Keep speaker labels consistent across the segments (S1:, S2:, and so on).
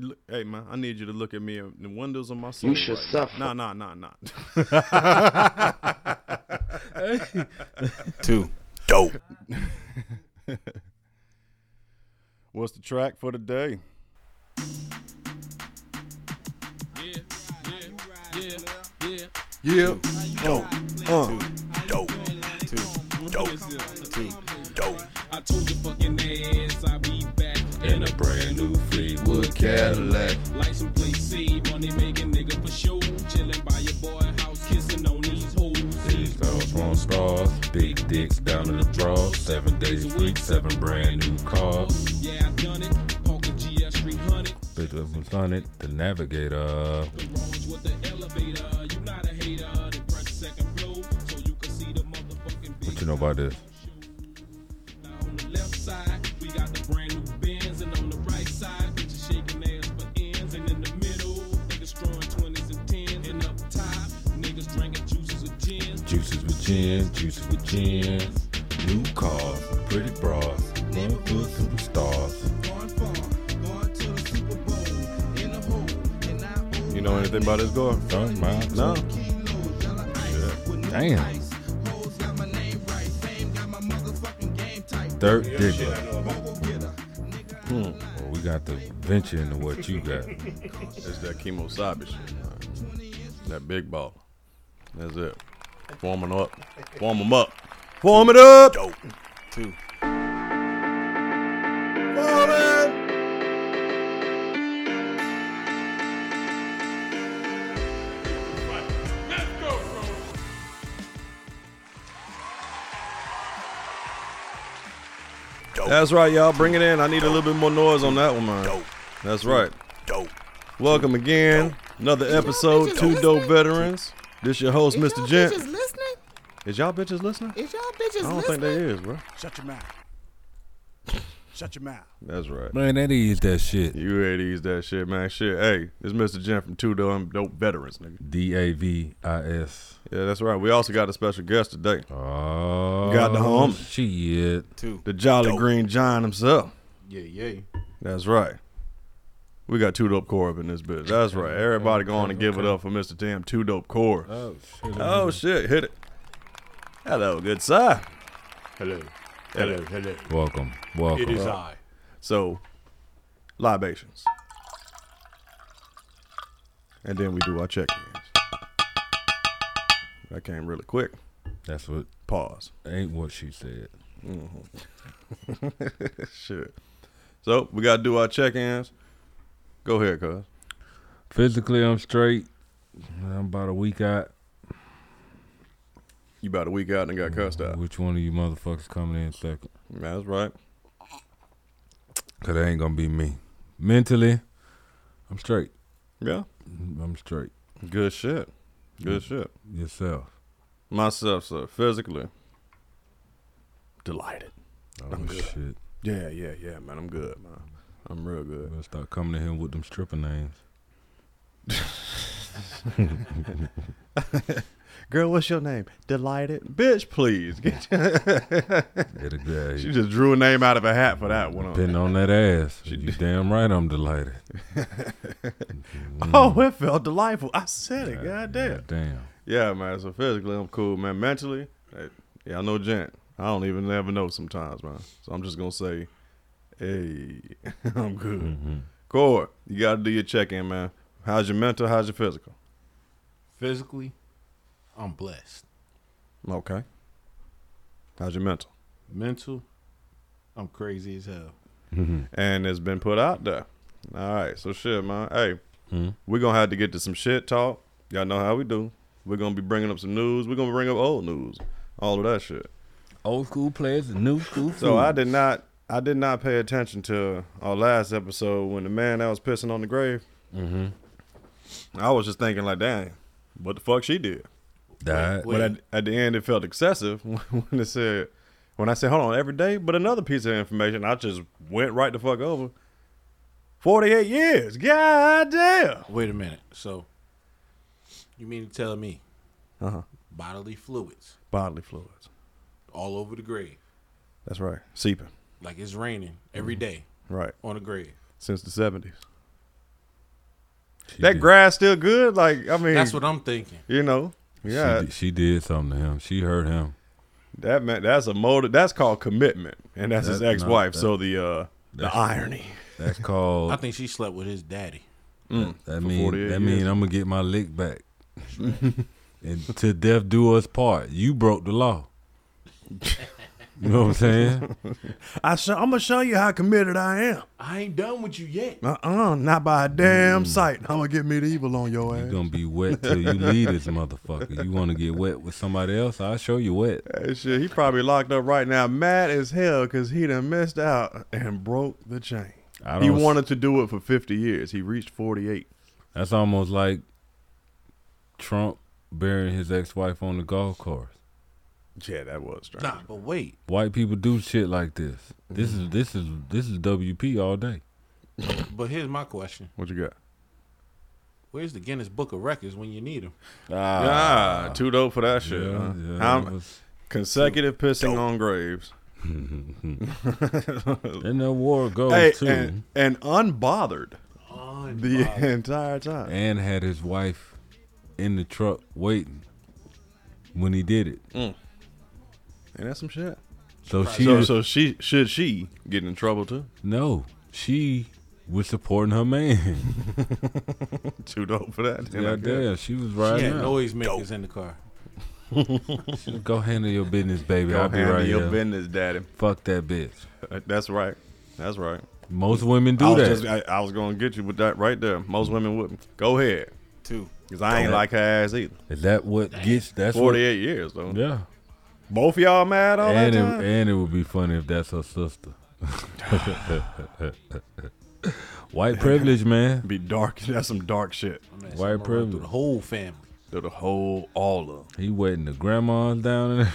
S1: look, hey man, I need you to look at me in the windows of my soul.
S2: You should
S1: right
S2: suffer.
S1: now. Nah, nah, nah, nah.
S3: Two. Dope.
S1: What's the track for today?
S3: Yeah. Dope. Uh. Two. Dope. Two. Dope. Two. Dope.
S4: I told your fucking ass I'll be back in a brand new Fleetwood Cadillac. License plate C, money making nigga for sure. Chilling by your boy house, kissing on these hoes. These girls want stars, big dicks down to the draw. Seven days a week, seven brand new cars. Yeah, I done it. Parker GS 300. Big was on it, the navigator. The Rolls with the elevator. You not a hater. They press second flow so you can see the motherfucking big
S5: What you know about this?
S4: now on the left side, we got the brand new Benz, and on the right side, bitches shaking ass for ends, and in the middle, niggas throwing 20s and 10s, and up top, niggas drinking juices with gins.
S5: Juices with gin, juices with gin. New cars, pretty bras, damn good superstars.
S4: Going far, going to the Super Bowl, in the hole, and I own
S1: You know anything about this girl?
S5: Don't mind.
S1: No.
S4: kilos, yellow ice, with no
S5: Damn.
S4: ice. Hoes got my name right, fame got my motherfucking game tight.
S5: Dirt digger. Hmm.
S4: Go get her, nigga, I lie.
S5: Well, we got to venture into what you got.
S1: That's that chemo sabi shit. man. That big ball. That's it. Warming up. Warm 'em up. Warm it up.
S3: Dope. Two. Dope.
S1: That's right, y'all. Bring it in. I need a little bit more noise on that one, man.
S3: Dope.
S1: That's right.
S3: Dope.
S1: Welcome again. Another episode,
S6: bitches
S1: Two Dope
S6: listening?
S1: Veterans. This your host,
S6: Is
S1: Mr.
S6: y'all
S1: Gent.
S6: bitches listening?
S1: Is y'all bitches listening?
S6: Is y'all
S1: I
S6: bitches
S1: don't think
S6: listening?
S1: they is, bro.
S7: Shut your mouth. Shut your mouth.
S1: That's right.
S5: Man, that is that shit.
S1: You ready to ease that shit, man. Shit. Hey, it's Mr. Gent from Two Dope Dope Veterans, nigga.
S5: D A V I S.
S1: Yeah, that's right. We also got a special guest today.
S5: Oh,
S1: Got the home.
S5: Shit.
S3: Two.
S1: The Jolly
S3: Dope.
S1: Green Giant himself.
S7: Yeah, yeah.
S1: That's right. We got two dope core up in this bitch. That's right. Everybody go on and give it up for Mr. Damn Two Dope Core.
S5: Oh shit.
S1: Oh shit, hit it. Hello, good sir.
S7: Hello. Hello, hello.
S5: Welcome, welcome.
S7: It is I.
S1: So, libations. And then we do our check-ins. That came really quick.
S5: That's what
S1: Pause.
S5: ain't what she said.
S1: Shit. So, we got to do our check-ins. Go ahead, cuz.
S5: Physically, I'm straight. I'm about a week out.
S1: You about a week out and got cussed out.
S5: Which one of you motherfuckers coming in second?
S1: That's right.
S5: Cause that ain't gonna be me. Mentally, I'm straight.
S1: Yeah.
S5: I'm straight.
S1: Good shit. Good shit.
S5: Yourself.
S1: Myself, sir, physically. Delighted.
S5: Oh
S1: I'm good.
S5: shit.
S1: Yeah, yeah, yeah, man. I'm good, man. I'm real good.
S5: Better start coming to him with them stripper names.
S1: Girl, what's your name? Delighted. Bitch, please. Get your-
S5: It'll get
S1: she just drew a name out of a hat for that one.
S5: Depending on that ass. You damn right I'm delighted.
S1: Oh, it felt delightful. I said it. God damn.
S5: Damn.
S1: Yeah, man. So physically, I'm cool, man. Mentally, eh, yeah, I know Jan. I don't even ever know sometimes, man. So I'm just gonna say, hey, I'm good.
S5: Mm-hmm.
S1: Core, you gotta do your check in, man. How's your mental? How's your physical?
S7: Physically, I'm blessed.
S1: Okay. How's your mental?
S7: Mental, I'm crazy as hell.
S1: and it's been put out there. All right, so shit, man. Hey, we're gonna have to get to some shit talk. Y'all know how we do. We're gonna be bringing up some news. We're gonna bring up old news, all of that shit.
S5: Old school players, new school.
S1: So I did not, I did not pay attention to our last episode when the man that was pissing on the grave. Mm-hmm. I was just thinking like, dang, what the fuck she did.
S5: died.
S7: Wait.
S1: But at, at the end, it felt excessive when it said, when I said, hold on, every day, but another piece of information, I just went right the fuck over. 48 years. God damn.
S7: Wait a minute. So, you mean to tell me
S1: Uh huh.
S7: bodily fluids
S1: Bodily fluids.
S7: all over the grave,
S1: That's right. Seeping.
S5: Mm-hmm.
S7: like it's raining every day
S1: Right.
S7: on the grave?
S1: Since the 70s.
S5: She
S1: that
S5: did-
S1: grass still good? Like, I mean,
S7: That's what I'm thinking.
S1: you know, yeah,
S5: She, did- she did something to him. She hurt him.
S1: that man, that's a motive. That's called commitment, and that's his
S5: That- no,
S1: ex-wife.
S5: that-
S1: so the uh, the irony.
S5: That's
S7: I
S5: called.
S7: think she slept with his daddy.
S5: That
S1: for
S5: mean
S1: 48 years.
S5: that mean I'm gonna get my lick back. and to death do us part. You broke the law. You know what I'm saying?
S1: I sh- I'm gonna show you how committed I am.
S7: I ain't done with you yet.
S1: Uh-uh, not by a damn sight. I'm gonna get medieval on your
S5: You're gonna be wet till you leave this motherfucker. You wanna get wet with somebody else? I'll show you wet.
S1: Hey, shit, he probably locked up right now, mad as hell, cause he done missed out and broke the chain.
S5: I don't
S1: He
S5: s-
S1: wanted to do it for 50 years. He reached 48.
S5: That's almost like Trump burying his ex wife on the golf course.
S1: Yeah, that was strange.
S7: Nah, but wait.
S5: White people do shit like this. This
S1: Mm-hmm.
S5: is this is this is WP all day.
S7: But here's my question:
S1: What you got?
S7: Where's the Guinness Book of Records when you need them?
S1: Ah, too dope for that shit.
S5: Yeah,
S1: huh?
S5: yeah,
S1: How-
S5: that was-
S1: consecutive pissing on graves.
S5: and the war goes
S1: Hey,
S5: too.
S1: and, and unbothered the entire time.
S5: and had his wife in the truck waiting when he did it.
S1: And that's some shit.
S5: So she
S1: So, so she should she get in trouble too?
S5: no, she was supporting her man.
S1: Too dope for that. Then I
S5: yeah,
S1: guess.
S5: damn, she was
S7: She
S5: right
S7: had
S5: now.
S7: noisemakers in the car.
S5: She was, Go handle your business, baby.
S1: Go
S5: I'll be
S1: handle
S5: right
S1: your
S5: here.
S1: business, daddy.
S5: Fuck that bitch.
S1: That's right. That's right.
S5: Most women
S1: I
S5: do
S1: was
S5: that.
S1: just I, I was gonna get you with that right there. Most women wouldn't. Go ahead,
S7: Two.
S1: cause I ain't
S5: ahead.
S1: like her ass either.
S5: Is that what gets? That's
S1: Forty eight years though.
S5: What, yeah.
S1: Both of y'all mad all
S5: And it,
S1: that time.
S5: and it would be funny if that's her sister. White privilege, man.
S1: be dark. That's some dark shit.
S7: Man,
S5: White
S7: I'ma run
S5: privilege.
S7: through The whole family.
S1: To the whole all of. 'em.
S5: He waiting the grandma's down and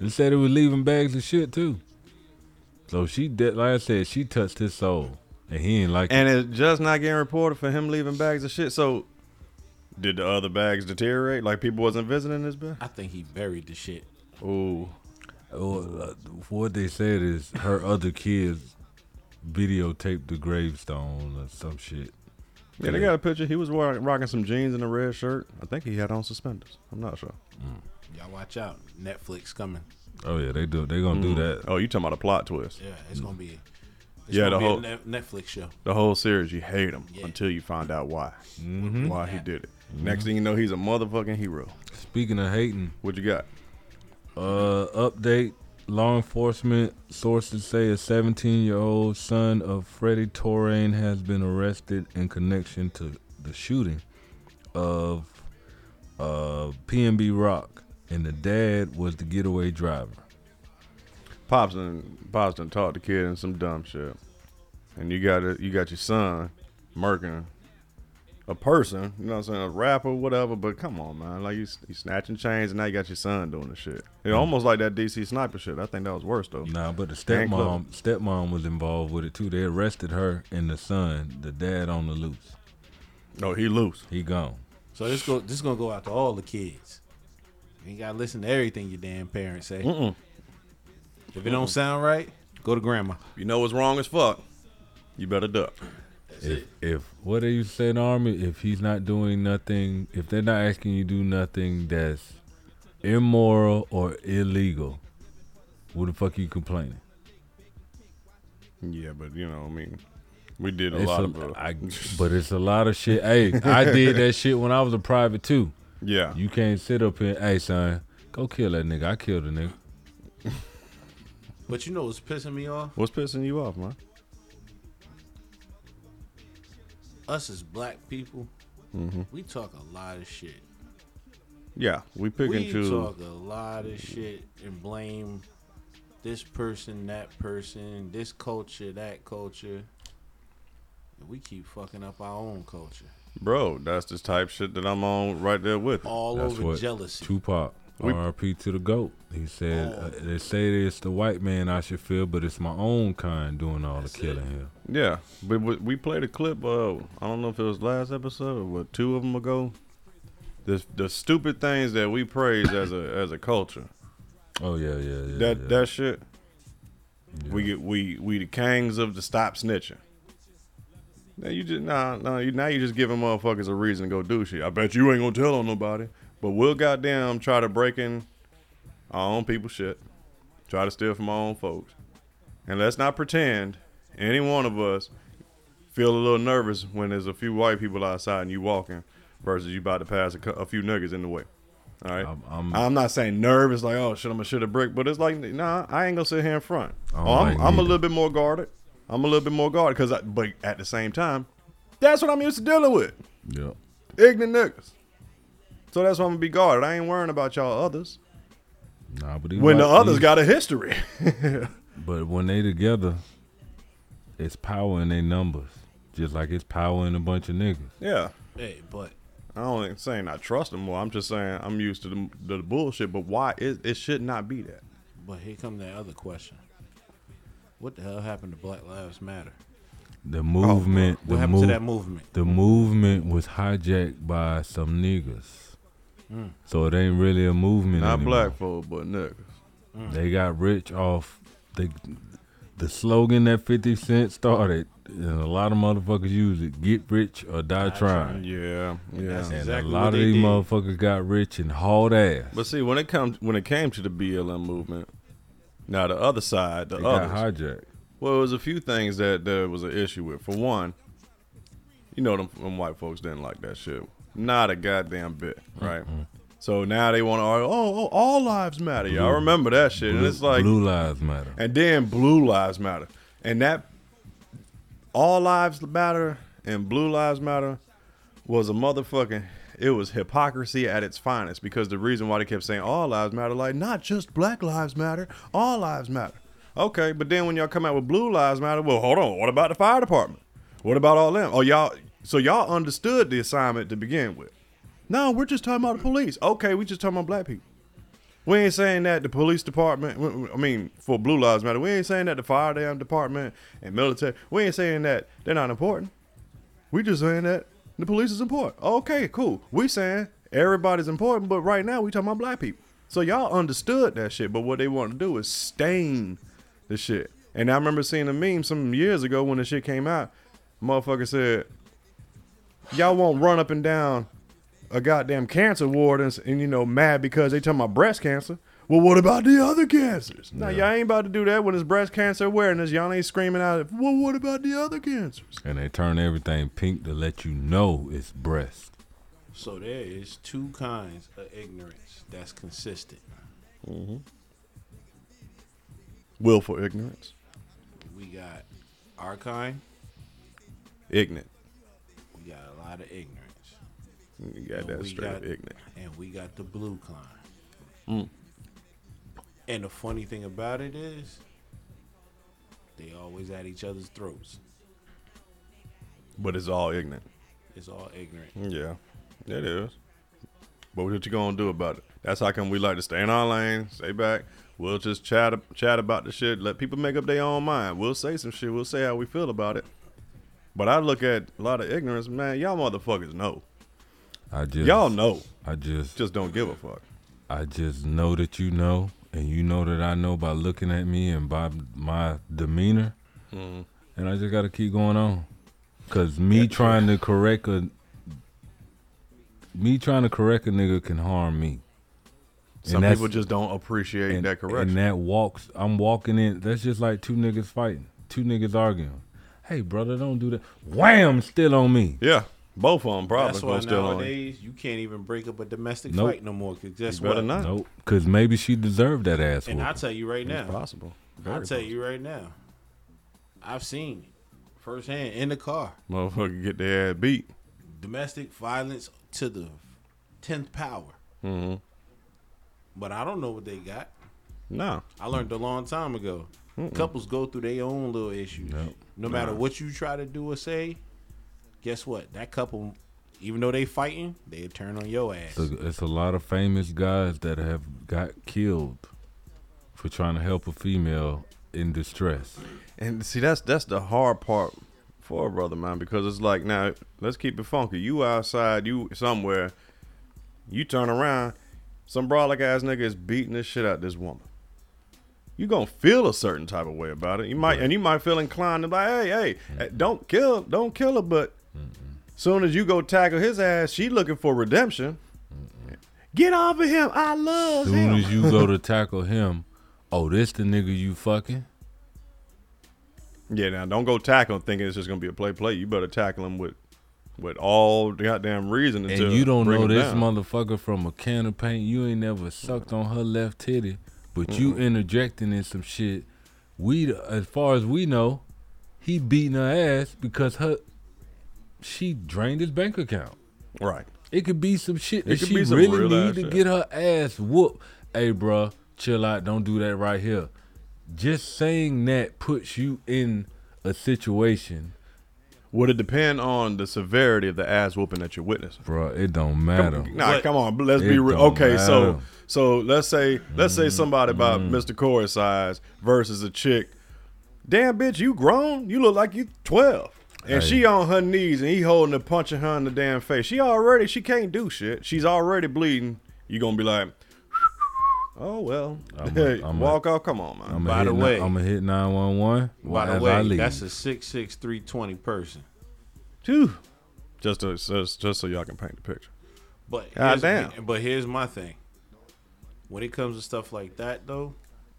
S5: and said he was leaving bags of shit too. So she did, like I said, she touched his soul, and he ain't like it.
S1: And it's just not getting reported for him leaving bags of shit. So, did the other bags deteriorate? Like people wasn't visiting this bag?
S7: I think he buried the shit.
S1: Ooh,
S5: Well, uh, What they said is her other kids videotaped the gravestone or some shit.
S1: yeah, they got a picture. He was wearing, rocking some jeans and a red shirt. I think he had on suspenders. I'm not sure.
S7: Y'all watch out. Netflix coming.
S5: Oh yeah, they do. They gonna do that.
S1: Oh, you talking about a plot twist?
S7: Yeah, it's gonna be. It's
S1: Yeah,
S7: gonna
S1: the
S7: be
S1: whole-
S7: a Ne- Netflix show.
S1: The whole series, you hate him
S7: Yeah.
S1: until you find out why, why he did it. Next thing you know, he's a motherfucking hero.
S5: Speaking of hating,
S1: What you got?
S5: Uh, update: Law enforcement sources say a 17-year-old son of Freddie Torrain has been arrested in connection to the shooting of uh, PNB Rock, and the dad was the getaway driver.
S1: Pops and Pops done taught the kid and some dumb shit, and you got it. You got your son, murking a person. You know what I'm saying? A rapper, whatever. But come on, man. Like you, you snatching chains, and now you got your son doing the shit. It almost like that DC sniper shit. I think that was worse though.
S5: Nah, but the
S1: Dang close.
S5: stepmom stepmom was involved with it too. They arrested her and the son, the dad on the loose.
S1: No, Oh, he loose.
S5: He gone.
S7: So this go this gonna go out to all the kids. You ain't gotta listen to everything your damn parents say. If it don't sound right, go to grandma.
S1: You know what's wrong as fuck. You better duck.
S5: if if what do you say in the army? If he's not doing nothing, if they're not asking you to do nothing that's immoral or illegal, what the fuck you complaining?
S1: Yeah, but you know, I mean, we did a
S5: It's
S1: lot
S5: a-
S1: of. Uh,
S5: I- but it's a lot of shit. Hey, I did that shit when I was a private too.
S1: yeah.
S5: You can't sit up here, hey son, go kill that nigga. I killed a nigga.
S7: But you know what's pissing me off?
S1: What's pissing you off, man?
S7: Us as black people,
S1: Mm-hmm.
S7: we talk a lot of shit.
S1: Yeah, we pick
S7: we
S1: and choose.
S7: talk a lot of shit and blame this person, that person, this culture, that culture. And we keep fucking up our own culture.
S1: Bro, that's this type shit that I'm on right there with.
S7: All
S5: That's
S7: over
S5: what
S7: jealousy.
S5: Tupac.
S1: We-
S5: R.P. to the goat. He said,
S7: Oh.
S5: uh, "They say it's the white man I should feel, but it's my own kind doing all the killing here."
S1: Yeah, but we, we played a clip. Uh, I don't know if it was last episode or what, two of them ago. The the stupid things that we praise as a as a culture.
S5: Oh yeah, yeah, yeah.
S1: That
S5: yeah.
S1: that shit. We get we we the kings of the stop snitching. Now you just nah nah you now you just giving motherfuckers a reason to go do shit. I bet you ain't gonna tell on nobody. But we'll goddamn try to break in our own people's shit. Try to steal from our own folks. And let's not pretend any one of us feel a little nervous when there's a few white people outside and you walking versus you about to pass a, cou- a few niggas in the way. All right.
S5: I'm-
S1: I'm,
S5: I'm-
S1: not saying nervous like oh shit I'm gonna shit a brick, but it's like nah I ain't gonna sit here in front.
S5: don't
S1: Oh, I'm,
S5: like
S1: I'm a
S5: neither.
S1: little bit more guarded. I'm a little bit more guarded because but at the same time, that's what I'm used to dealing with
S5: Yeah.
S1: ignorant niggas. So that's why I'm gonna be guarded. I ain't worrying about y'all others.
S5: Nah, but he
S1: When the
S5: right.
S1: others
S5: He-
S1: got a history.
S5: But when they together, it's power in their numbers. Just like it's power in a bunch of niggas.
S1: yeah.
S7: Hey, but
S1: I don't ain't saying I trust them more. I'm just saying I'm used to the, the bullshit. But why it, it should not be that?
S7: but here come that other question. What the hell happened to Black Lives Matter?
S5: The movement,
S7: What
S5: the,
S7: happened
S5: move,
S7: to that movement?
S5: the movement was hijacked by some niggas. So it ain't really a movement.
S1: Not
S5: anymore. Mm.
S1: black folk, but niggas.
S5: They got rich off the the slogan that Fifty Cent started, and a lot of motherfuckers use it: "Get rich or die trying."
S1: Yeah,
S7: that's
S1: yeah.
S5: And
S7: Exactly
S5: a
S7: what
S5: lot of
S7: they
S5: these
S7: did.
S5: motherfuckers got rich and hauled ass.
S1: But see, when it comes when it came to the BLM movement, now the other side, the
S5: they
S1: others,
S5: got hijacked.
S1: Well, it was a few things that there was an issue with. For one, you know them, them white folks didn't like that shit. Not a goddamn bit, right? So now they want to argue. Oh, oh, all lives matter. Y'all remember that shit? and
S5: Blue-
S1: it's like,
S5: Blue Lives Matter.
S1: and then blue lives matter, and that all lives matter and blue lives matter was a motherfucking. It was hypocrisy at its finest because the reason why they kept saying all lives matter, like not just black lives matter, all lives matter. Okay, but then when y'all come out with blue lives matter, well, hold on, what about the fire department? What about all them? Oh, y'all, so y'all understood the assignment to begin with. No, we're just talking about the police. Okay, we just talking about black people. We ain't saying that the police department, w- w- I mean, for Blue Lives Matter, we ain't saying that the fire damn department and military, we ain't saying that they're not important. We just saying that the police is important. Okay, cool. We saying everybody's important, but right now we talking about black people. So y'all understood that shit, but what they want to do is stain the shit. And I remember seeing a meme some years ago when the shit came out. Motherfucker said, "Y'all won't run up and down a goddamn cancer ward and, s- and you know mad because they talking about breast cancer." Well, what about the other cancers? Now y'all ain't about to do that when it's breast cancer awareness. Y'all ain't screaming out, "Well, what about the other cancers?"
S5: And they turn everything pink to let you know it's breast.
S7: So there is two kinds of ignorance that's consistent.
S1: Willful ignorance.
S7: We got our kind.
S1: ignorant.
S7: We got a lot of ignorance,
S1: You got that
S7: We
S1: Mm, straight up
S7: got-
S1: ignorant.
S7: and we got the blue kind.
S1: Mm.
S7: And the funny thing about it is, they always at each other's throats.
S1: But it's all ignorant.
S7: It's all ignorant.
S1: Yeah, it is. But what you gonna do about it? That's how come we like to stay in our lane, stay back. We'll just chat chat about the shit. Let people make up their own mind. We'll say some shit. We'll say how we feel about it. But I look at a lot of ignorance, man. Y'all motherfuckers know.
S5: I just
S1: Y'all know.
S5: I just
S1: Just don't give a fuck.
S5: I just know that you know, and you know that I know by looking at me and by my demeanor.
S1: Mm-hmm.
S5: And I just got to keep going on. Cause me trying to correct a me trying to correct a nigga can harm me.
S1: Some
S5: that's-
S1: people just don't appreciate that correction.
S5: And that walks. I'm walking in. That's just like two niggas fighting, two niggas arguing. Hey, brother, don't do that. Wham, still on me.
S1: yeah, both of them probably
S7: That's why
S1: gonna still on. you.
S7: nowadays you can't even break up a domestic
S5: Nope.
S7: fight no more. Cause guess
S1: Better
S7: what?
S1: not.
S5: Nope. Cause maybe she deserved that ass
S7: And I
S5: whooping.
S7: tell you right
S1: It's
S7: now,
S1: possible.
S7: I
S1: Very
S7: tell you right now, I've seen it firsthand in the car.
S1: possible. motherfucker get their ass beat.
S7: domestic violence to the tenth power.
S1: Mm-hmm.
S7: But I don't know what they got.
S1: Nah.
S7: I learned a long time ago. Couples go through their own little issues.
S5: Yep.
S7: No matter what you try to do or say, guess what? That couple, even though they fighting, they turn on your ass.
S5: It's a, it's a lot of famous guys that have got killed for trying to help a female in distress.
S1: And see, that's that's the hard part for a brother man because it's like now let's keep it funky. You outside, you somewhere, you turn around, some brolic ass nigga is beating the shit out this woman. you gonna feel a certain type of way about it. You might and you might feel inclined to be like, hey, hey, eh, don't kill, don't kill her. But soon as you go tackle his ass, she looking for redemption. Get off of him. I love
S5: Soon
S1: him.
S5: as you go to tackle him, oh, this the nigga you fucking?
S1: yeah, now don't go tackle him thinking it's just gonna be a play play. You better tackle him with with all the goddamn reason.
S5: And
S1: to
S5: you don't
S1: bring
S5: know
S1: him
S5: this
S1: down.
S5: motherfucker from a can of paint. You ain't never sucked on her left titty, but you interjecting in some shit. We, as far as we know, he beating her ass because her, she drained his bank account.
S1: Right.
S5: It could be some shit
S1: It
S5: that
S1: could
S5: she
S1: be some
S5: really
S1: real
S5: need
S1: ass
S5: to
S1: shit.
S5: get her ass whooped. Hey, bruh, chill out. Don't do that right here. Just saying that puts you in a situation,
S1: Would it depend on the severity of the ass whooping that you're witnessing?
S5: bruh. It don't matter.
S1: Nah, come on. Let's
S5: It
S1: be real.
S5: don't
S1: Okay,
S5: matter. Mm-hmm.
S1: so so let's say let's say somebody about Mr. Corey size versus a chick. Damn bitch, you grown. You look like you twelve. And
S5: Hey.
S1: she on her knees and he holding her, punching her in the damn face. She already she can't do shit. She's already bleeding. You gonna be like, oh well,
S5: I'm a- I'm a-
S1: walk off. Come on, man.
S5: I'm
S7: By the way-
S5: I'm gonna hit nine one one.
S7: By the way, that's a six six three twenty person.
S1: Phew. Just to, just just so y'all can paint the picture.
S7: But here's,
S1: Goddamn.
S7: but here's my thing. When it comes to stuff like that, though,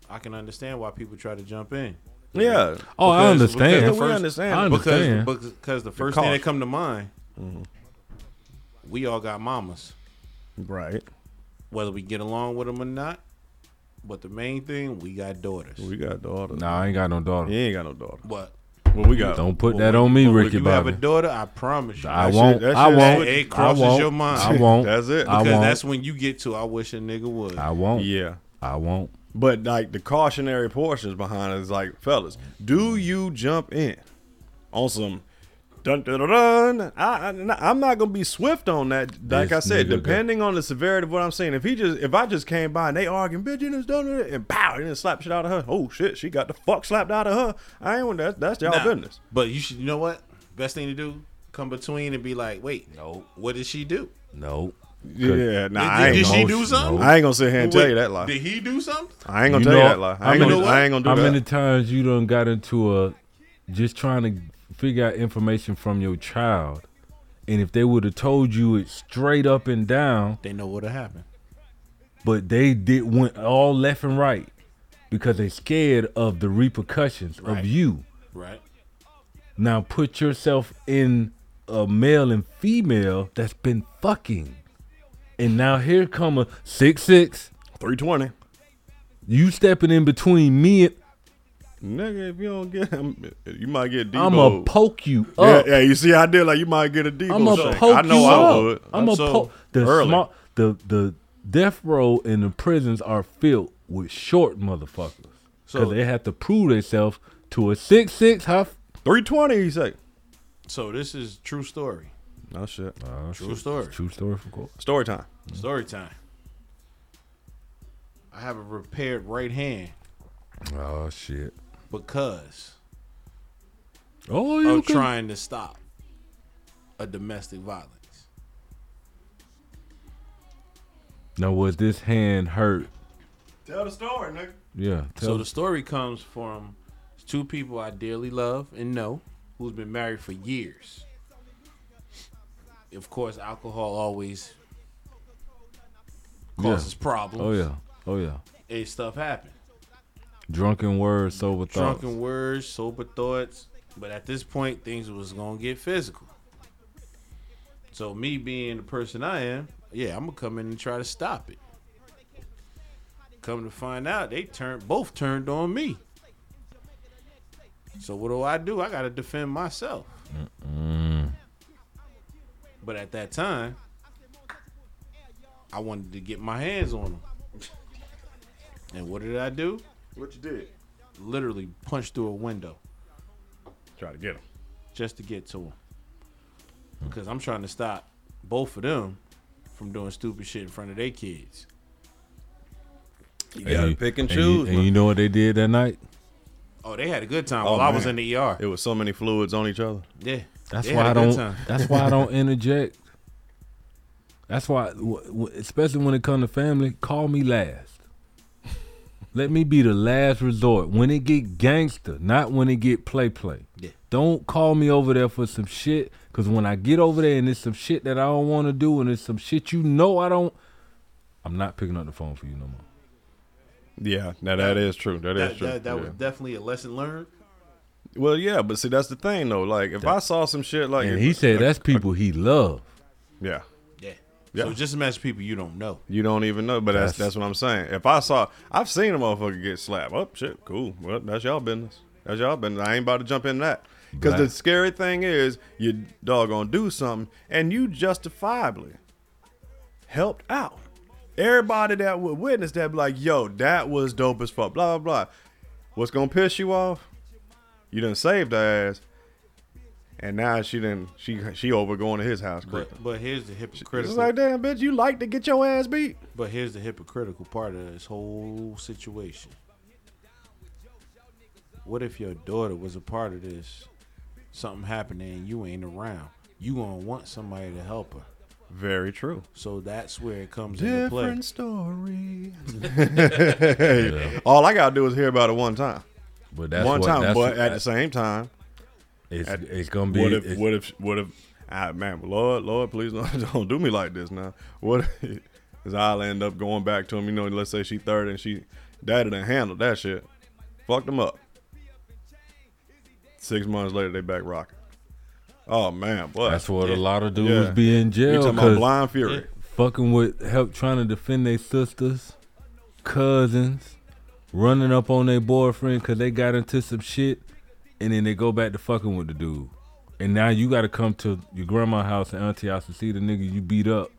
S7: I can understand why people try to jump in.
S1: Yeah.
S5: oh, I
S7: because- because
S5: understand.
S7: the first-
S1: understand.
S5: I
S1: it.
S5: understand.
S7: Because because, the first thing that
S1: cost. Mm-hmm.
S7: come to mind, we all got mamas,
S1: Right.
S7: whether we get along with them or not. But the main thing, we got daughters.
S1: We got daughters.
S5: nah, I ain't got no daughter.
S1: He ain't got no daughter.
S7: But
S1: Well, we got
S5: Don't put that on me,
S7: when
S5: Ricky
S7: you have a
S5: Bobby.
S7: daughter, I promise you,
S5: I
S1: That shit-
S5: won't.
S1: that
S5: I
S1: shit-
S5: won't.
S1: that-
S7: it
S5: I
S7: crosses
S5: won't.
S7: your mind.
S5: I won't.
S1: That's it.
S5: I
S7: because
S5: won't.
S7: that's when you get to. I wish a nigga would.
S5: I won't.
S1: Yeah.
S5: I won't.
S1: But like the cautionary portions behind it is like, fellas, do you jump in on some dun dun dun? dun. I, I am not gonna be swift on that. Like
S5: This
S1: I said,
S5: nigga got-
S1: depending on the severity of what I'm saying. If he just if I just came by and they arguing, bitch, you just done it and pow, and then slap shit out of her. Oh shit, she got the fuck slapped out of her. I ain't want that. That's y'all
S7: Nah,
S1: business.
S7: But you should. You know what? Best thing to do. Come between and be like, wait,
S5: Nope.
S7: What did she do?
S5: No.
S1: Yeah, nah, I
S7: Did-
S1: ain't,
S7: did she
S1: gonna,
S7: do something?
S1: I ain't gonna sit here and tell you that lie.
S7: Did he do something?
S1: I ain't gonna
S5: You
S1: tell you
S5: know-
S1: that lie.
S5: I
S1: I ain't,
S5: mean-
S1: gonna, I ain't gonna do
S5: How
S1: that.
S5: many times you done got into a just trying to figure out information from your child, and if they would have told you it straight up and down,
S7: They know what'll happen.
S5: but they did went all left and right because they scared of the repercussions
S7: Right.
S5: of you.
S7: Right.
S5: Now put yourself in a male and female that's been fucking, and now here come a six six.
S1: Three twenty.
S5: You stepping in between me and
S1: Nigga, if you don't get him, you might get Debo.
S5: I'ma poke you
S1: yeah,
S5: up.
S1: yeah, you see, I did like you might get a Debo.
S5: I'm
S1: shake.
S5: gonna poke
S1: I know
S5: you
S1: I
S5: up.
S1: would.
S5: I'm gonna
S7: So,
S5: poke the
S1: early.
S5: small the the death row and the prisons are filled with short motherfuckers because
S7: So-
S5: they have to prove themselves to a six six. How? f-
S1: Three twenty, he say.
S7: So this is true story.
S1: Oh shit.
S7: True story.
S5: True story from court.
S1: Story time.
S7: Story time. I have a repaired right hand
S5: Oh shit.
S7: because
S5: Oh, you
S7: of
S5: can-
S7: trying to stop a domestic violence.
S5: Now was this hand hurt?
S1: Tell the story, nigga.
S5: Yeah.
S7: So
S5: Tell
S7: the story comes from two people I dearly love and know who's been married for years. Of course, alcohol always
S5: Yeah.
S7: causes problems.
S5: Oh yeah. Oh yeah.
S7: And stuff happens.
S5: Drunken words, sober thoughts.
S7: drunken words, sober thoughts. But at this point, things was gonna get physical. So me being the person I am, yeah, I'm gonna come in and try to stop it. Come to find out, they turned both turned on me. So what do I do? I gotta defend myself. But at that time, I wanted to get my hands on them. And what did I do?
S1: What you did?
S7: literally punched through a window
S1: Try to get him.
S7: just to get to him. Because I'm trying to stop both of them from doing stupid shit in front of their kids.
S1: You
S5: And
S1: gotta
S5: you-
S1: pick and
S5: you-
S1: choose.
S5: and you know what they did that night?
S7: Oh, they had a good time
S1: Oh,
S7: while I was in
S1: man.
S7: the ER.
S1: it was so many fluids on each other.
S7: yeah.
S5: That's
S7: they
S5: why
S7: had
S5: I
S7: a good
S5: don't.
S7: time.
S5: That's why I don't interject. That's why, w- w- especially when it comes to family, call me last. Let me be the last resort when it get gangster, not when it get play play.
S7: Yeah.
S5: Don't call me over there for some shit, cause when I get over there and it's some shit that I don't want to do, and it's some shit you know I don't, I'm not picking up the phone for you no more.
S1: Yeah, now that is true. that
S7: That,
S1: is true.
S7: that, that
S1: yeah.
S7: was definitely a lesson learned.
S1: Well, yeah, but see, that's the thing though. Like, if I saw some shit, like,
S5: And he said that's people he love.
S1: yeah,
S7: Yeah.
S1: Yeah.
S7: So just imagine people you don't know.
S1: you don't even know. But that's
S5: That's-
S1: that's what I'm saying. If I saw, I've seen a motherfucker get slapped. Up, shit, cool. Well, that's y'all business. That's y'all business. I ain't about to jump in that. Because the
S5: Black.
S1: scary thing is, your dog gonna do something, and you justifiably helped out. Everybody that would witness that be like, yo, that was dope as fuck. Blah blah blah. What's gonna piss you off? You done saved her ass. And now she didn't she she over going to his house quick.
S7: But but here's the
S1: It's
S7: hypocritical.
S1: like damn bitch, you like to get your ass beat.
S7: But here's the hypocritical part of this whole situation. What if your daughter was a part of this? Something happened and you ain't around. You gonna want somebody to help her.
S1: Very true.
S7: So that's where it comes into play.
S1: Different story. All I gotta do is hear about it one time.
S5: But that's
S1: one
S5: what,
S1: time,
S5: that's
S1: but
S5: what-
S1: at the same time,
S5: it's,
S1: at-
S5: it's gonna be.
S1: what if
S5: it's-
S1: what if what if ah man, Lord, Lord, please don't, don't do me like this now. What if- is I'll end up going back to him, you know, let's say she third and she daddy done handled that shit. Fucked him up. Six months later they back rocking. Oh man, boy.
S5: that's what a
S7: Yeah.
S5: lot of dudes
S1: Yeah.
S5: be in
S1: you
S5: jail
S1: talking about
S5: 'cause
S1: blind fury.
S5: fucking with help trying to defend their sisters, cousins, running up on their boyfriend because they got into some shit, and then they go back to fucking with the dude. And now you got to come to your grandma's house and auntie house to see the nigga you beat up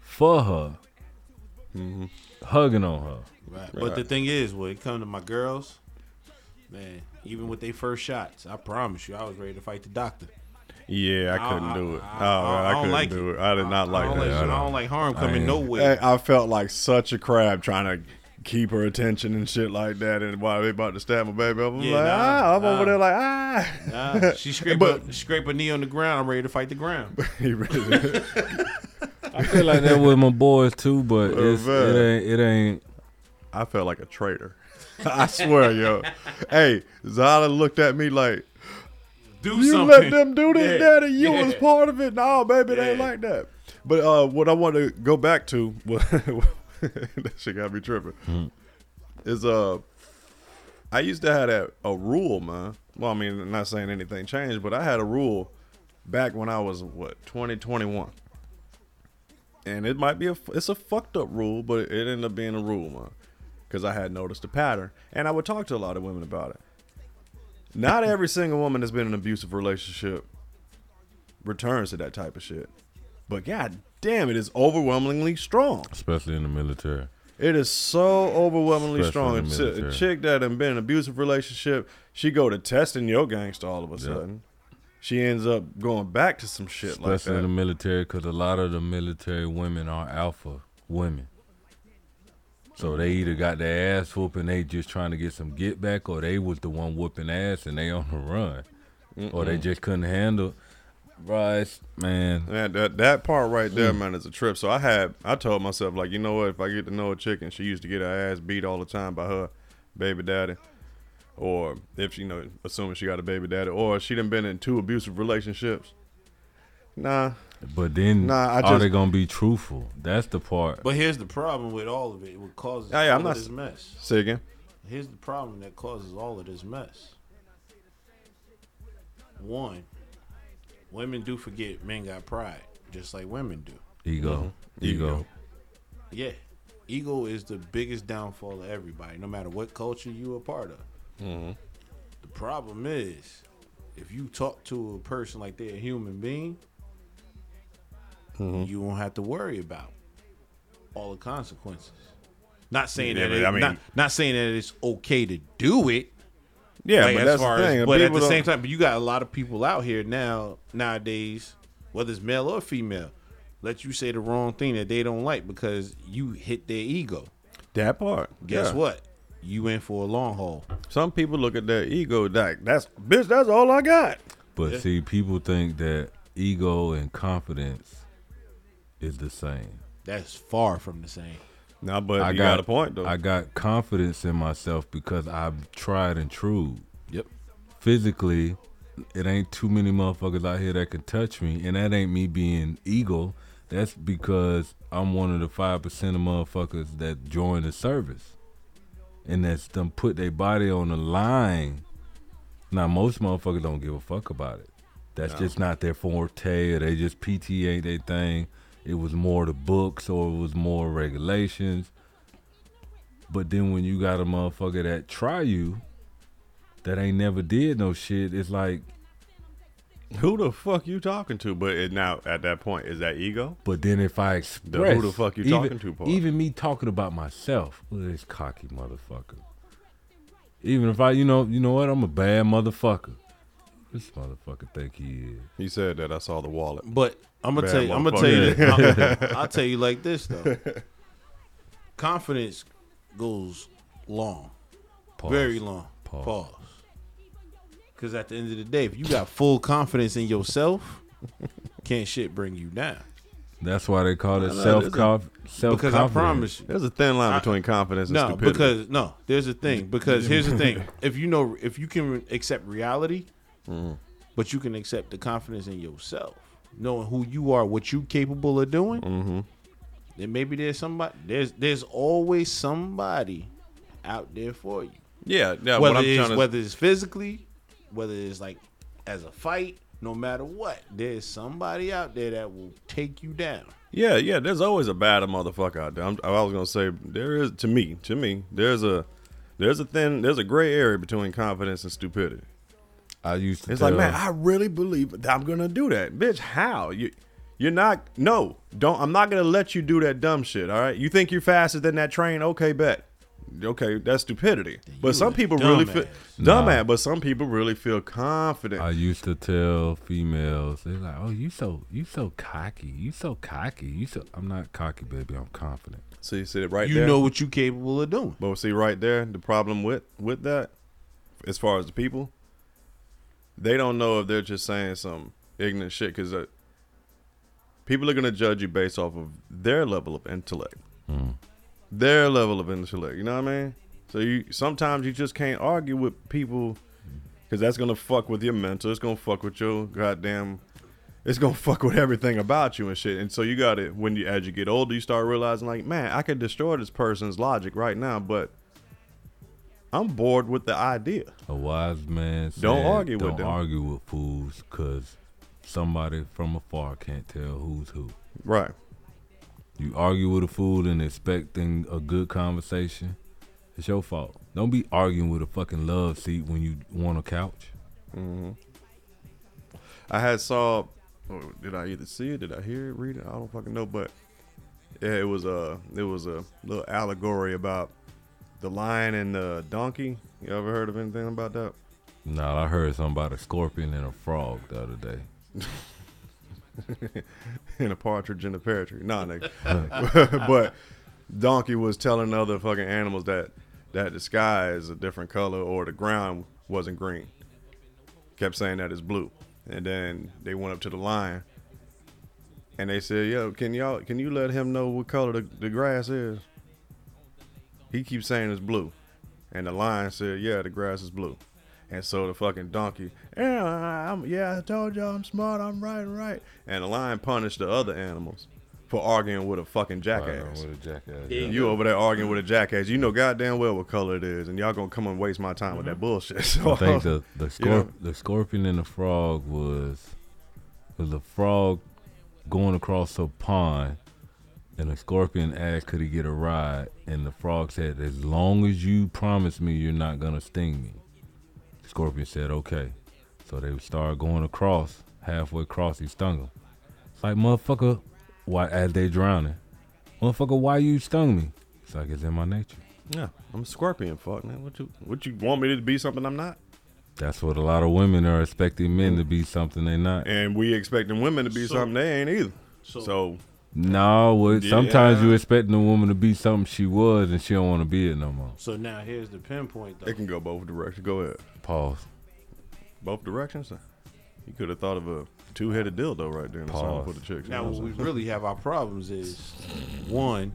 S5: for her, hugging on her.
S7: Right. But the thing is, when it comes to my girls, man, even with their first shots, I promise you, I was ready to fight the doctor.
S1: Yeah, I couldn't do it. oh, man, I,
S7: don't
S1: couldn't
S7: like
S1: do it. I did not like
S7: I don't
S1: that.
S7: I
S1: at all.
S7: don't like harm coming
S5: ain't-
S7: nowhere.
S1: Hey, I felt like such a crab trying to keep her attention and shit like that. And while they about to stab my baby, I'm
S7: Yeah,
S1: like,
S7: nah,
S1: ah, I'm
S7: nah.
S1: over there like, ah.
S7: Nah, she scrape,
S1: But-
S7: a, scrape a knee on the ground. I'm ready to fight the ground.
S1: He really-
S5: I feel like that with my boys too, but it's,
S1: man.
S5: it ain't. It ain't.
S1: I felt like a traitor. I swear, yo. Hey, Zala looked at me like,
S7: Do
S1: you let
S7: something.
S1: them do this,
S7: Yeah,
S1: daddy. You
S7: yeah.
S1: was part of it. No, baby, they ain't
S7: Yeah.
S1: like that. But uh, what I want to go back to, was- that shit got me tripping,
S7: Hmm.
S1: is uh, I used to have that a rule, man. Well, I mean, I'm not saying anything changed, but I had a rule back when I was what 20, 21. And it might be a it's a fucked up rule, but it ended up being a rule, man, because I had noticed a pattern, and I would talk to a lot of women about it. Not every single woman that's been in an abusive relationship returns to that type of shit. But god damn, it is overwhelmingly strong.
S5: Especially in the military.
S1: It is so overwhelmingly
S5: Especially in the
S1: strong. A
S5: military.
S1: chick that done been in an abusive relationship, she go to testing your gangster all of a sudden. She ends up going back to some shit
S5: Especially in
S1: like that.
S5: the military, because a lot of the military women are alpha women. So they either got their ass whooping, they just trying to get some get back, or they was the one whooping ass and they on the run, or they just couldn't handle. Right, man.
S1: Man, that that part right
S7: Hmm.
S1: there, man, is a trip. So I had I told myself like, you know what? If I get to know a chick and she used to get her ass beat all the time by her baby daddy, or if she, you know, assuming she got a baby daddy, or she done been in two abusive relationships. Nah,
S5: But then
S1: Nah, I
S5: are
S1: just-
S5: they gonna be truthful? That's the part.
S7: But here's the problem with all of it. What causes
S1: Yeah, yeah,
S7: all
S1: I'm
S7: of
S1: not-
S7: this mess?
S1: say again.
S7: Here's the problem that causes all of this mess. One, women do forget men got pride, just like women do.
S5: Ego,
S1: Mm-hmm.
S5: ego.
S7: Yeah, ego is the biggest downfall of everybody, no matter what culture you a part of.
S1: Mm-hmm.
S7: The problem is, if you talk to a person like they're a human being,
S1: Mm-hmm.
S7: you won't have to worry about all the consequences. Not saying
S1: Yeah,
S7: that
S1: but
S7: it,
S1: I mean-
S7: not, not saying that it's okay to do it.
S1: Yeah,
S7: like,
S1: but
S7: as
S1: that's
S7: far
S1: the thing.
S7: as, but at
S1: people
S7: the
S1: don't-
S7: same time, but you got a lot of people out here now nowadays, whether it's male or female, let you say the wrong thing that they don't like because you hit their ego.
S1: that part.
S7: Guess
S1: yeah.
S7: what? You in for a long haul.
S1: Some people look at their ego like that's bitch. That's all I got.
S5: But see, people think that ego and confidence is the same.
S7: That's far from the same.
S1: Nah, but
S5: I
S1: you
S5: got-
S1: got, a point though.
S5: I got confidence in myself because I've tried and true.
S7: Yep.
S5: Physically, it ain't too many motherfuckers out here that can touch me, and that ain't me being ego. That's because I'm one of the five percent of motherfuckers that join the service, and that's them put their body on the line. Now most motherfuckers don't give a fuck about it. That's just not their forte, or they just PTA their thing. It was more the books, or it was more regulations. But then when you got a motherfucker that try you, that ain't never did no shit, it's like.
S1: who the fuck you talking to? But it, now at that point, is that ego?
S5: But then if I
S1: who
S5: express,
S1: the fuck you
S5: even,
S1: talking to part.
S5: Even me talking about myself, look at this cocky motherfucker. Even if I, you know, you know what, I'm a bad motherfucker. This motherfucker think he is.
S1: He said that. I saw the wallet.
S7: But I'm gonna
S1: Bad
S7: tell you, I'm gonna tell you,
S1: motherfucker.
S7: that- I'll tell you like this though. Confidence goes long,
S5: Pause.
S7: very long.
S5: Pause.
S7: Pause. Because at the end of the day, if you got full confidence in yourself, can't shit bring you down.
S5: That's why they call it
S1: no,
S5: self
S1: this
S5: self
S7: Because I promise you,
S1: There's a thin line
S7: I-
S1: between confidence and
S7: no,
S1: stupidity.
S7: because no, there's a thing. Because here's the thing: if you know, if you can accept reality,
S1: Mm-hmm.
S7: but you can accept the confidence in yourself, knowing who you are, what you capable of doing,
S1: Mm-hmm.
S7: then maybe there's somebody. There's there's always somebody out there for you.
S1: yeah, yeah.
S7: Whether
S1: what I'm
S7: it's
S1: trying to
S7: whether it's physically, whether it's like as a fight, no matter what, there's somebody out there that will take you down.
S1: Yeah, yeah. There's always a bad motherfucker out there. I'm, I was gonna say there is to me, to me. There's a there's a thin there's a gray area between confidence and stupidity.
S5: I used to.
S1: It's
S5: tell,
S1: like, man, I really believe that I'm gonna do that, bitch. How you? You're not. No, don't. I'm not gonna let you do that dumb shit. All right. You think you're faster than that train? Okay, bet. Okay, that's stupidity.
S7: you
S1: But some
S7: a
S1: people really
S7: dumbass.
S1: feel
S5: Nah.
S1: dumbass. But some people really feel confident.
S5: I used to tell females, they're like, "Oh, you so you so cocky, you so cocky, you so." I'm not cocky, baby. I'm confident.
S1: so you see it right
S7: You
S1: there.
S7: know what you capable of doing.
S1: But see, right there, the problem with with that, as far as the people, they don't know if they're just saying some ignorant shit because uh, people are gonna judge you based off of their level of intellect, their level of intellect. You know what I mean? So you sometimes you just can't argue with people because that's gonna fuck with your mental. It's gonna fuck with your goddamn. It's gonna fuck with everything about you and shit. And so you got to when you as you get older, you start realizing like, man, I could destroy this person's logic right now, but I'm bored with the idea.
S5: A wise man said,
S1: Don't argue with
S5: "Don't
S1: them."
S5: argue with fools, cause somebody from afar can't tell who's who."
S1: Right.
S5: You argue with a fool and expecting a good conversation, it's your fault. Don't be arguing with a fucking love seat when you want a couch.
S1: I had saw. oh, Did I either see it? Did I hear it? Read it? I don't fucking know. But yeah, it was a it was a little allegory about the lion and the donkey. You ever heard of anything about that?
S5: Nah, I heard something about a scorpion and a frog the other day.
S1: and a partridge in a pear tree. Nah, nigga. but donkey was telling other fucking animals that that the sky is a different color or the ground wasn't green. Kept saying that it's blue, and then they went up to the lion, and they said, "Yo, can y'all can you let him know what color the, the grass is?" He keeps saying it's blue, and the lion said, "Yeah, the grass is blue." And so the fucking donkey, yeah, I'm, yeah, I told y'all I'm smart, I'm right, right. And the lion punished the other animals for arguing with a fucking jackass.
S5: With a jackass.
S1: You over there arguing with a jackass, you know goddamn well what color it is, and y'all gonna come and waste my time with that bullshit. So
S5: I think the the, scorp-
S1: You know-
S5: the scorpion and the frog was was a frog going across a pond, and the scorpion asked could he get a ride, and the frog said, "As long as you promise me you're not gonna sting me." The scorpion said, "Okay." So they started going across. Halfway across, he stung him. It's like motherfucker, why as they drowning, motherfucker, why you stung me? It's like it's in my nature.
S1: yeah, I'm a scorpion, fuck man. What you what you want me to be something I'm not?
S5: That's what a lot of women are expecting men to be something they're not.
S1: And we expecting women to be
S7: So-
S1: something they ain't either.
S7: So-
S1: So,
S5: No, well, sometimes
S1: Yeah.
S5: you expecting a woman to be something she was and she don't want to be it no more.
S7: So now here's the pinpoint though.
S1: it can go both directions. Go ahead,
S5: Pause.
S1: both directions. You could have thought of a two headed dildo right there in the song
S5: Pause.
S1: for the chicks. you
S7: Now,
S1: know what
S7: where
S1: I'm
S7: we
S1: saying?
S7: really have our problems is one,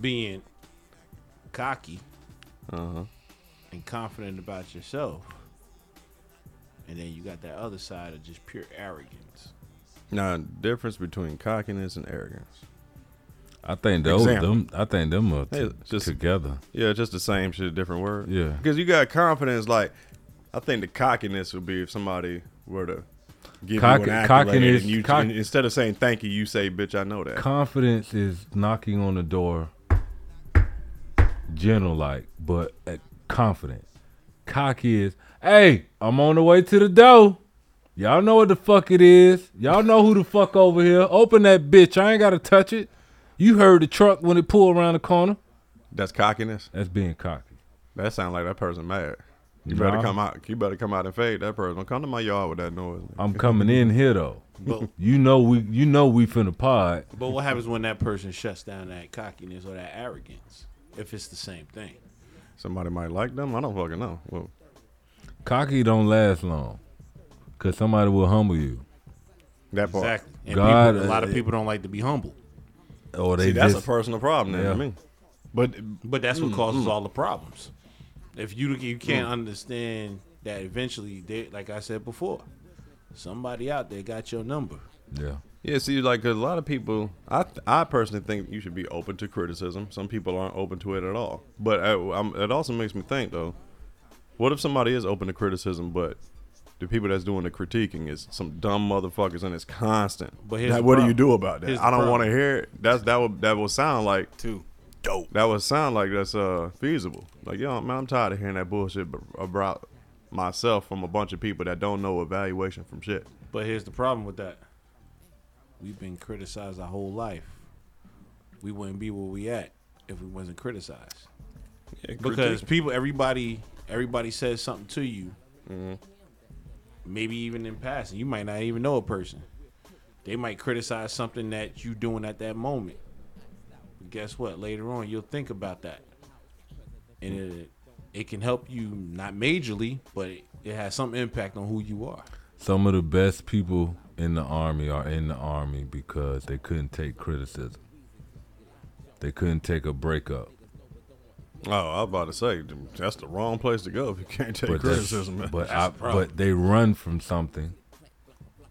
S7: being cocky
S1: Uh huh.
S7: and confident about yourself. And then you got that other side of just pure arrogance.
S1: Now, difference between cockiness and arrogance.
S5: I think those
S1: Example.
S5: them. I think them are t-
S1: Hey, just-
S5: together.
S1: Yeah, just the same shit, different word.
S5: Yeah.
S1: Because you got confidence. Like, I think the cockiness would be if somebody were to give
S5: Cock-
S1: you an accolade
S5: cockiness-
S1: and you,
S5: cock-
S1: and instead of saying thank you, you say, "Bitch, I know that."
S5: Confidence is knocking on the door, gentle like, but uh, confident. Cocky is, hey, I'm on the way to the door. Y'all know what the fuck it is. Y'all know who the fuck over here. Open that bitch. I ain't gotta touch it. You heard the truck when it pulled around the corner.
S1: That's cockiness.
S5: That's being cocky.
S1: That sounds like that person mad. You better
S5: Nah.
S1: come out. You better come out and fade that person. Come to my yard with that noise.
S5: I'm coming in here though.
S7: But
S5: You know we you know we finna pod.
S7: but what happens when that person shuts down that cockiness or that arrogance? If it's the same thing.
S1: Somebody might like them. I don't fucking know. Well,
S5: Cocky don't last long. Cause somebody will humble you.
S1: that part.
S7: Exactly. And
S5: God,
S7: people, a lot of
S5: uh,
S7: people don't like to be humble.
S5: Or they
S1: See, that's
S5: just,
S1: a personal problem then,
S5: Yeah.
S1: to me.
S7: But but that's what causes all the problems. If you you can't understand that eventually they like I said before, somebody out there got your number.
S5: Yeah.
S1: Yeah, see, like 'cause a lot of people, I I personally think you should be open to criticism. Some people aren't open to it at all. But I, I'm, it also makes me think though, what if somebody is open to criticism, but the people that's doing the critiquing is some dumb motherfuckers and it's constant.
S7: But here's
S1: Now,
S7: the
S1: what do you
S7: problem.
S1: do about that?
S7: Here's the
S1: I don't
S7: problem.
S1: want to hear it. That's that would that would sound like
S3: Two. Dope.
S1: that would sound like that's uh feasible. Like yo, man, I'm tired of hearing that bullshit b- about myself from a bunch of people that don't know evaluation from shit.
S7: But here's the problem with that. We've been criticized our whole life. We wouldn't be where we at if we wasn't criticized. Because people, everybody, everybody says something to you.
S1: Mm-hmm.
S7: Maybe even in passing, you might not even know a person. They might criticize something that you doing at that moment. But guess what? Later on, you'll think about that, and it it can help you not majorly, but it, it has some impact on who you are.
S5: Some of the best people in the army are in the army because they couldn't take criticism. They couldn't take a breakup.
S1: Oh, I was about to say that's the wrong place to go if you can't take
S5: But that's-
S1: criticism. man.
S5: But
S7: That's
S5: I,
S7: the problem.
S5: but they run from something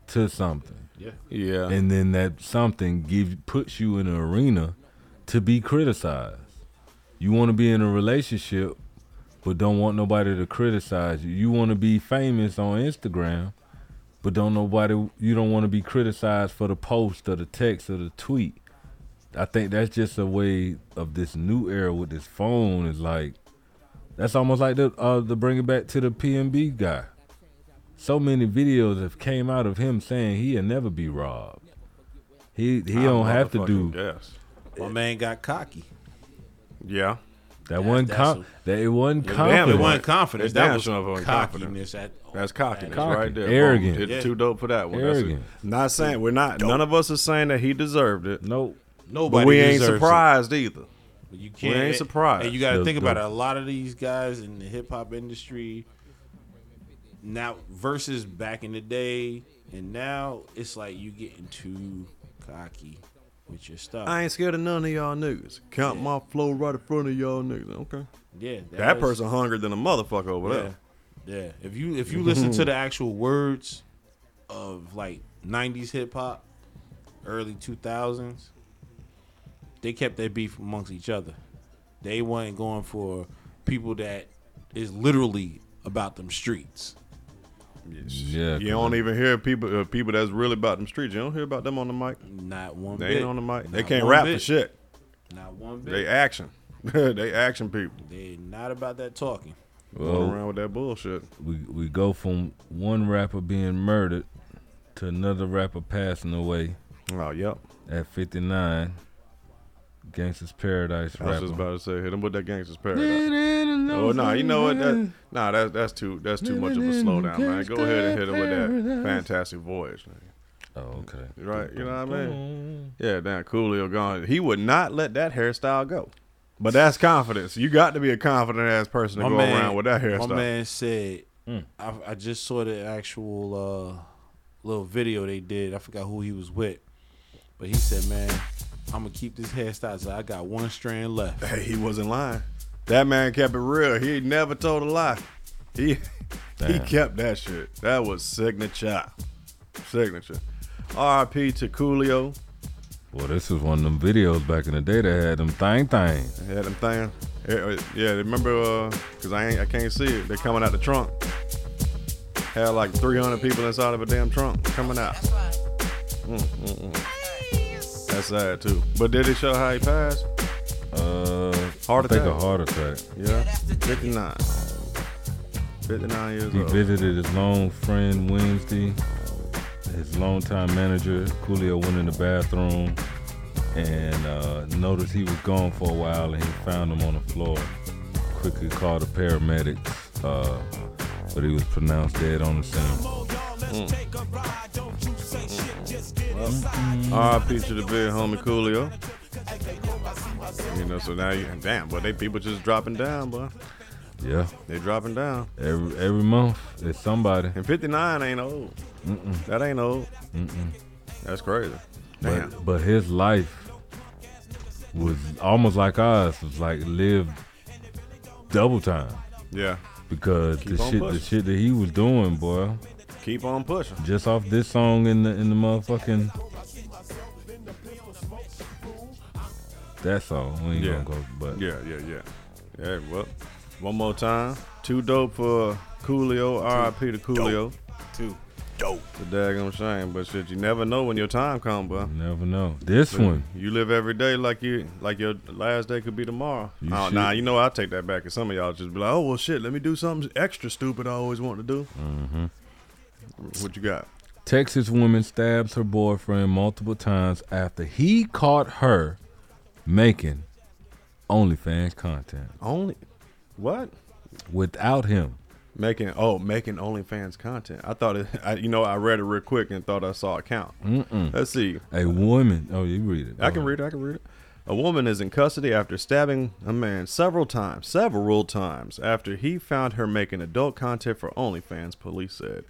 S5: to something.
S7: Yeah.
S1: yeah,
S5: And then that something give puts you in an arena to be criticized. You want to be in a relationship but don't want nobody to criticize you. You want to be famous on Instagram but don't nobody you don't want to be criticized for the post or the text or the tweet. I think that's just a way of this new era with this phone is like that's almost like the uh the bring it back to the PMB guy. So many videos have came out of him saying he'll never be robbed. He
S1: Ah,
S5: he don't have to do
S1: Yes.
S7: My man got cocky.
S1: Yeah.
S5: that one
S7: that's
S5: com- that it wasn't confident.
S1: damn,
S7: It wasn't confidence.
S1: It's
S7: That
S1: damn
S7: was
S1: sure it
S7: cockiness.
S1: wasn't confident.
S7: At,
S1: That's cockiness
S5: Cocky.
S1: right there.
S5: Arrogant.
S1: Boom. It's
S7: Yeah.
S1: too dope for that one. That's it.
S5: Arrogant.
S1: Not saying we're not. None of us is saying that he deserved it,
S5: nope.
S7: nobody.
S1: but we ain't
S7: deserves it.
S1: surprised either.
S7: You can't.
S1: ain't surprised.
S7: And you got
S5: The-
S7: to think about
S5: the-
S7: it. A lot of these guys in the hip hop industry now versus back in the day, and now it's like you getting too cocky with your stuff.
S1: I ain't scared of none of y'all niggas. Count my flow right in front of y'all niggas. Okay.
S7: yeah,
S1: That
S7: was-
S1: person hungrier than a motherfucker over
S7: Yeah,
S1: there.
S7: yeah. If you if you listen to the actual words of like '90s hip hop, early 2000s, they kept their beef amongst each other. They wasn't going for people that is literally about them streets.
S5: Yeah.
S1: You don't even hear people uh, people that's really about them streets. You don't hear about them on the mic.
S7: Not one.
S1: They
S7: bit.
S1: ain't on the mic. They
S7: Not
S1: can't
S7: one
S1: rap for
S7: bit.
S1: shit.
S7: Not one bit.
S1: They
S7: They,
S1: action. they action people.
S7: not about that talking.
S5: Well,
S1: Going around with that bullshit.
S5: we we go from one rapper being murdered to another rapper passing away
S1: Oh, yep.
S5: at 59. Gangsta's Paradise
S1: I was just
S5: rapper.
S1: about to say, hit him with that gangster's paradise. Oh no, you know what? That, nah, that's that's too that's too much of a slowdown, man. Go ahead and hit him with that fantastic voyage, nigga.
S5: Oh, okay.
S1: right? You know what I mean? Yeah, damn, Coolio gone. He would not let that hairstyle go. But that's confidence. You got to be a confident ass person to
S7: My
S1: go
S7: man-
S1: around with that
S7: My
S1: hairstyle.
S7: man said, I, I just saw the actual uh, little video they did. I forgot who he was with, but he said, "Man, I'm gonna keep this hairstyle. So I got one strand left.
S1: Hey, he wasn't lying. That man kept it real. He never told a lie. He he
S5: Damn.
S1: kept that shit. That was signature. Signature. R.I.P. to Coolio.
S5: Well, this was one of them videos back in the day that had them thing thing.
S1: Yeah, them thing. Yeah, yeah, remember? uh 'cause cause I ain't, I can't see it. They're coming out the trunk. Had like 300 people inside of a damn trunk coming out.
S2: That's right.
S1: Mm, That's sad too. But did it show how he passed?
S5: Uh,
S1: Heart
S5: I think a
S1: attack.
S5: heart attack.
S1: Yeah, 59. 59 years
S5: He
S1: old.
S5: visited his long friend Wednesday, his longtime manager. Coolio went in the bathroom and uh, noticed he was gone for a while and he found him on the floor. Quickly called the paramedics, uh, but he was pronounced dead on the scene.
S1: R.I.P. to the big homie Coolio. You know, so now you damn, but they people just dropping down, boy.
S5: Yeah,
S1: They dropping down.
S5: every every month it's somebody.
S1: And 59 ain't old. That ain't old. That's crazy. Damn.
S5: But, but his life was almost like ours. Was like lived double time
S1: yeah.
S5: because
S1: Keep
S5: the
S1: on
S5: shit,
S1: pushing.
S5: the shit that he was doing, boy.
S1: Keep on pushing.
S5: Just off this song in the in the motherfucking that song. We ain't
S1: Yeah.
S5: gonna go, but
S1: Yeah, yeah, yeah. Yeah, well, one more time. Too dope for Coolio. R.I.P. to Coolio.
S7: Two.
S1: It's a daggone shame, but shit, you never know when your time comes, boy.
S5: you never know. This one,
S1: You live every day like you like your last day could be tomorrow.
S5: You
S1: oh,
S5: should.
S1: nah, you know I take that back. Cause some of y'all just be like, "Oh well, shit, let me do something extra stupid I always want to do." Mm-hmm. What you got?
S5: Texas woman stabs her boyfriend multiple times after he caught her making OnlyFans content
S1: Only what?
S5: without him.
S1: Making oh making OnlyFans content. I thought it. I, you know I read it real quick and thought I saw a count. Mm-mm. Let's see.
S5: A woman. Oh, you read it.
S1: I can read it. I can read it. A woman is in custody after stabbing a man several times, several times, after he found her making adult content for OnlyFans. Police said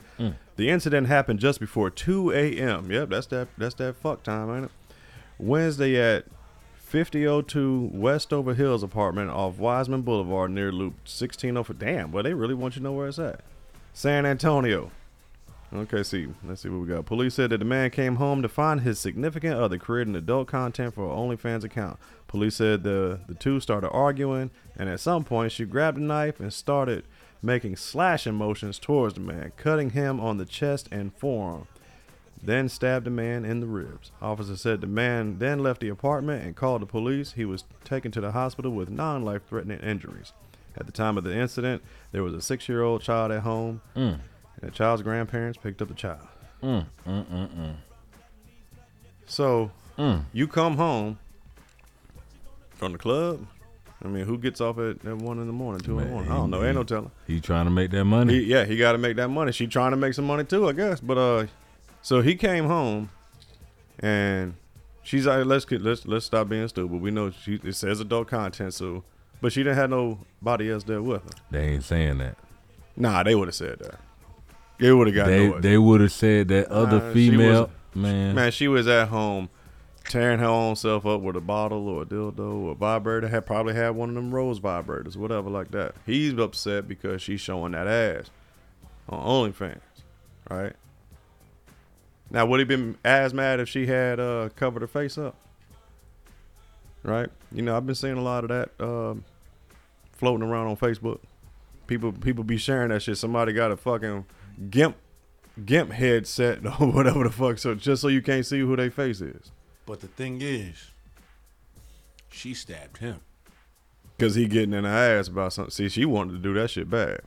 S1: the incident happened just before 2 a.m. Yep, that's that. That's that fuck time, ain't it? Wednesday at 5002 Westover Hills apartment off Wiseman Boulevard near Loop 1604. Damn, well they really want you to know where it's at. San Antonio. Okay, see, let's see what we got. Police said that the man came home to find his significant other creating adult content for her OnlyFans account. Police said the the two started arguing, and at some point, she grabbed a knife and started making slashing motions towards the man, cutting him on the chest and forearm. Then stabbed the man in the ribs. Officer said the man then left the apartment and called the police. He was taken to the hospital with non-life-threatening injuries. At the time of the incident, there was a six-year-old child at home. And the child's grandparents picked up the child. So you come home from the club. I mean, who gets off at, at one in the morning, two in the
S5: Man,
S1: morning? I don't know. Ain't no telling.
S5: He trying to make that money.
S1: He, yeah, he got to make that money. She trying to make some money too, I guess. But uh, so he came home, and she's like, "Let's get, let's let's stop being stupid." We know she it says adult content, so but she didn't have nobody else there with her.
S5: they ain't saying that.
S1: Nah, they would have said that. They would have got
S5: They
S1: noise.
S5: they would have said that other
S1: Nah, she
S5: female man.
S1: Man, she was at home tearing her own self up with a bottle or a dildo or a vibrator. Had probably had one of them rose vibrators, whatever like that. He's upset because she's showing that ass on OnlyFans, right? Now would he been as mad if she had uh, covered her face up? Right? You know, I've been seeing a lot of that um, floating around on Facebook. People people be sharing that shit. Somebody got a fucking gimp gimp headset or whatever the fuck, so just so you can't see who they face is,
S7: But the thing is, she stabbed him.
S1: cause he getting in the ass about something. See, she wanted to do that shit bad.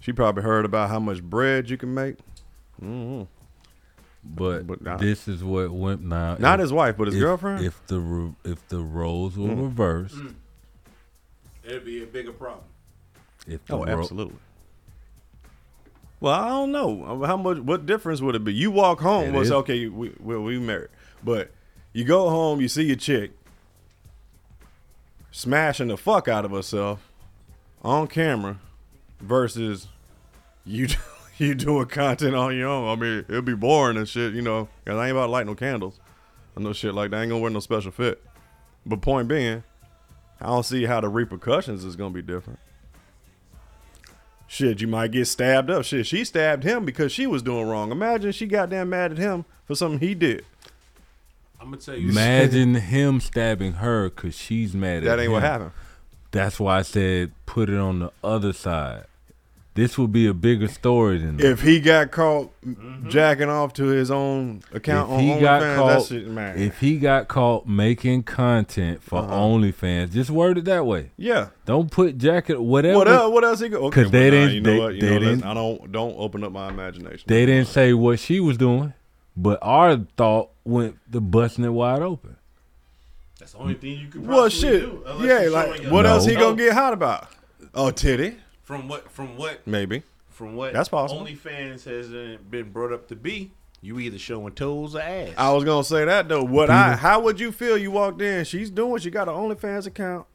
S1: She probably heard about how much bread you can make.
S5: but
S1: but nah.
S5: this is what went now.
S1: Not
S5: if-
S1: his wife, but his
S5: if-
S1: girlfriend. Mm.
S5: If the ro- if the roles were reversed,
S7: It'd Mm. be a bigger problem.
S5: if the
S1: oh,
S5: ro-
S1: absolutely. Well, I don't know how much. What difference would it be? You walk home.
S5: It
S1: well, it's
S5: is.
S1: okay. We we we married, but you go home. You see your chick smashing the fuck out of herself on camera, versus you do- you doing content on your own. I mean, it'd be boring and shit, you know. Cause I ain't about to light no candles. or no shit like that. I ain't gonna wear no special fit. But point being, I don't see how the repercussions is gonna be different. Shit, you might get stabbed up. Shit, she stabbed him because she was doing wrong. Imagine she got damn mad at him for something he did.
S7: I'm gonna tell you.
S5: Imagine him stabbing her because she's mad at
S1: That ain't what
S5: him.
S1: happened.
S5: That's why I said put it on the other side. This would be a bigger story than that.
S1: If he got caught jacking off to his own account
S5: If
S1: on
S5: he
S1: OnlyFans,
S5: got
S1: that
S5: caught-
S1: shit man.
S5: If he got caught making content for
S1: Uh-huh.
S5: OnlyFans, just word it that way.
S1: yeah.
S5: Don't put jacket whatever.
S1: What else? What else he go? Okay,
S5: 'Cause they
S1: well, nah,
S5: didn't-
S1: You know
S5: they-
S1: what? You
S5: they
S1: know, let's-
S5: didn't-
S1: I don't don't open up my imagination.
S5: They didn't say what she was doing, but our thought went the busting it wide open.
S7: That's the only thing you can.
S1: Well,
S7: Well,
S1: shit. yeah, like what
S5: No.
S1: else he
S7: No.
S1: gonna get hot about? Oh, titty,
S7: From what? From what?
S1: maybe.
S7: From what?
S1: That's possible.
S7: OnlyFans has uh, been brought up to be. You either showing toes or ass.
S1: I was gonna say that though. What I? How would you feel? You walked in. She's doing. She got an OnlyFans account.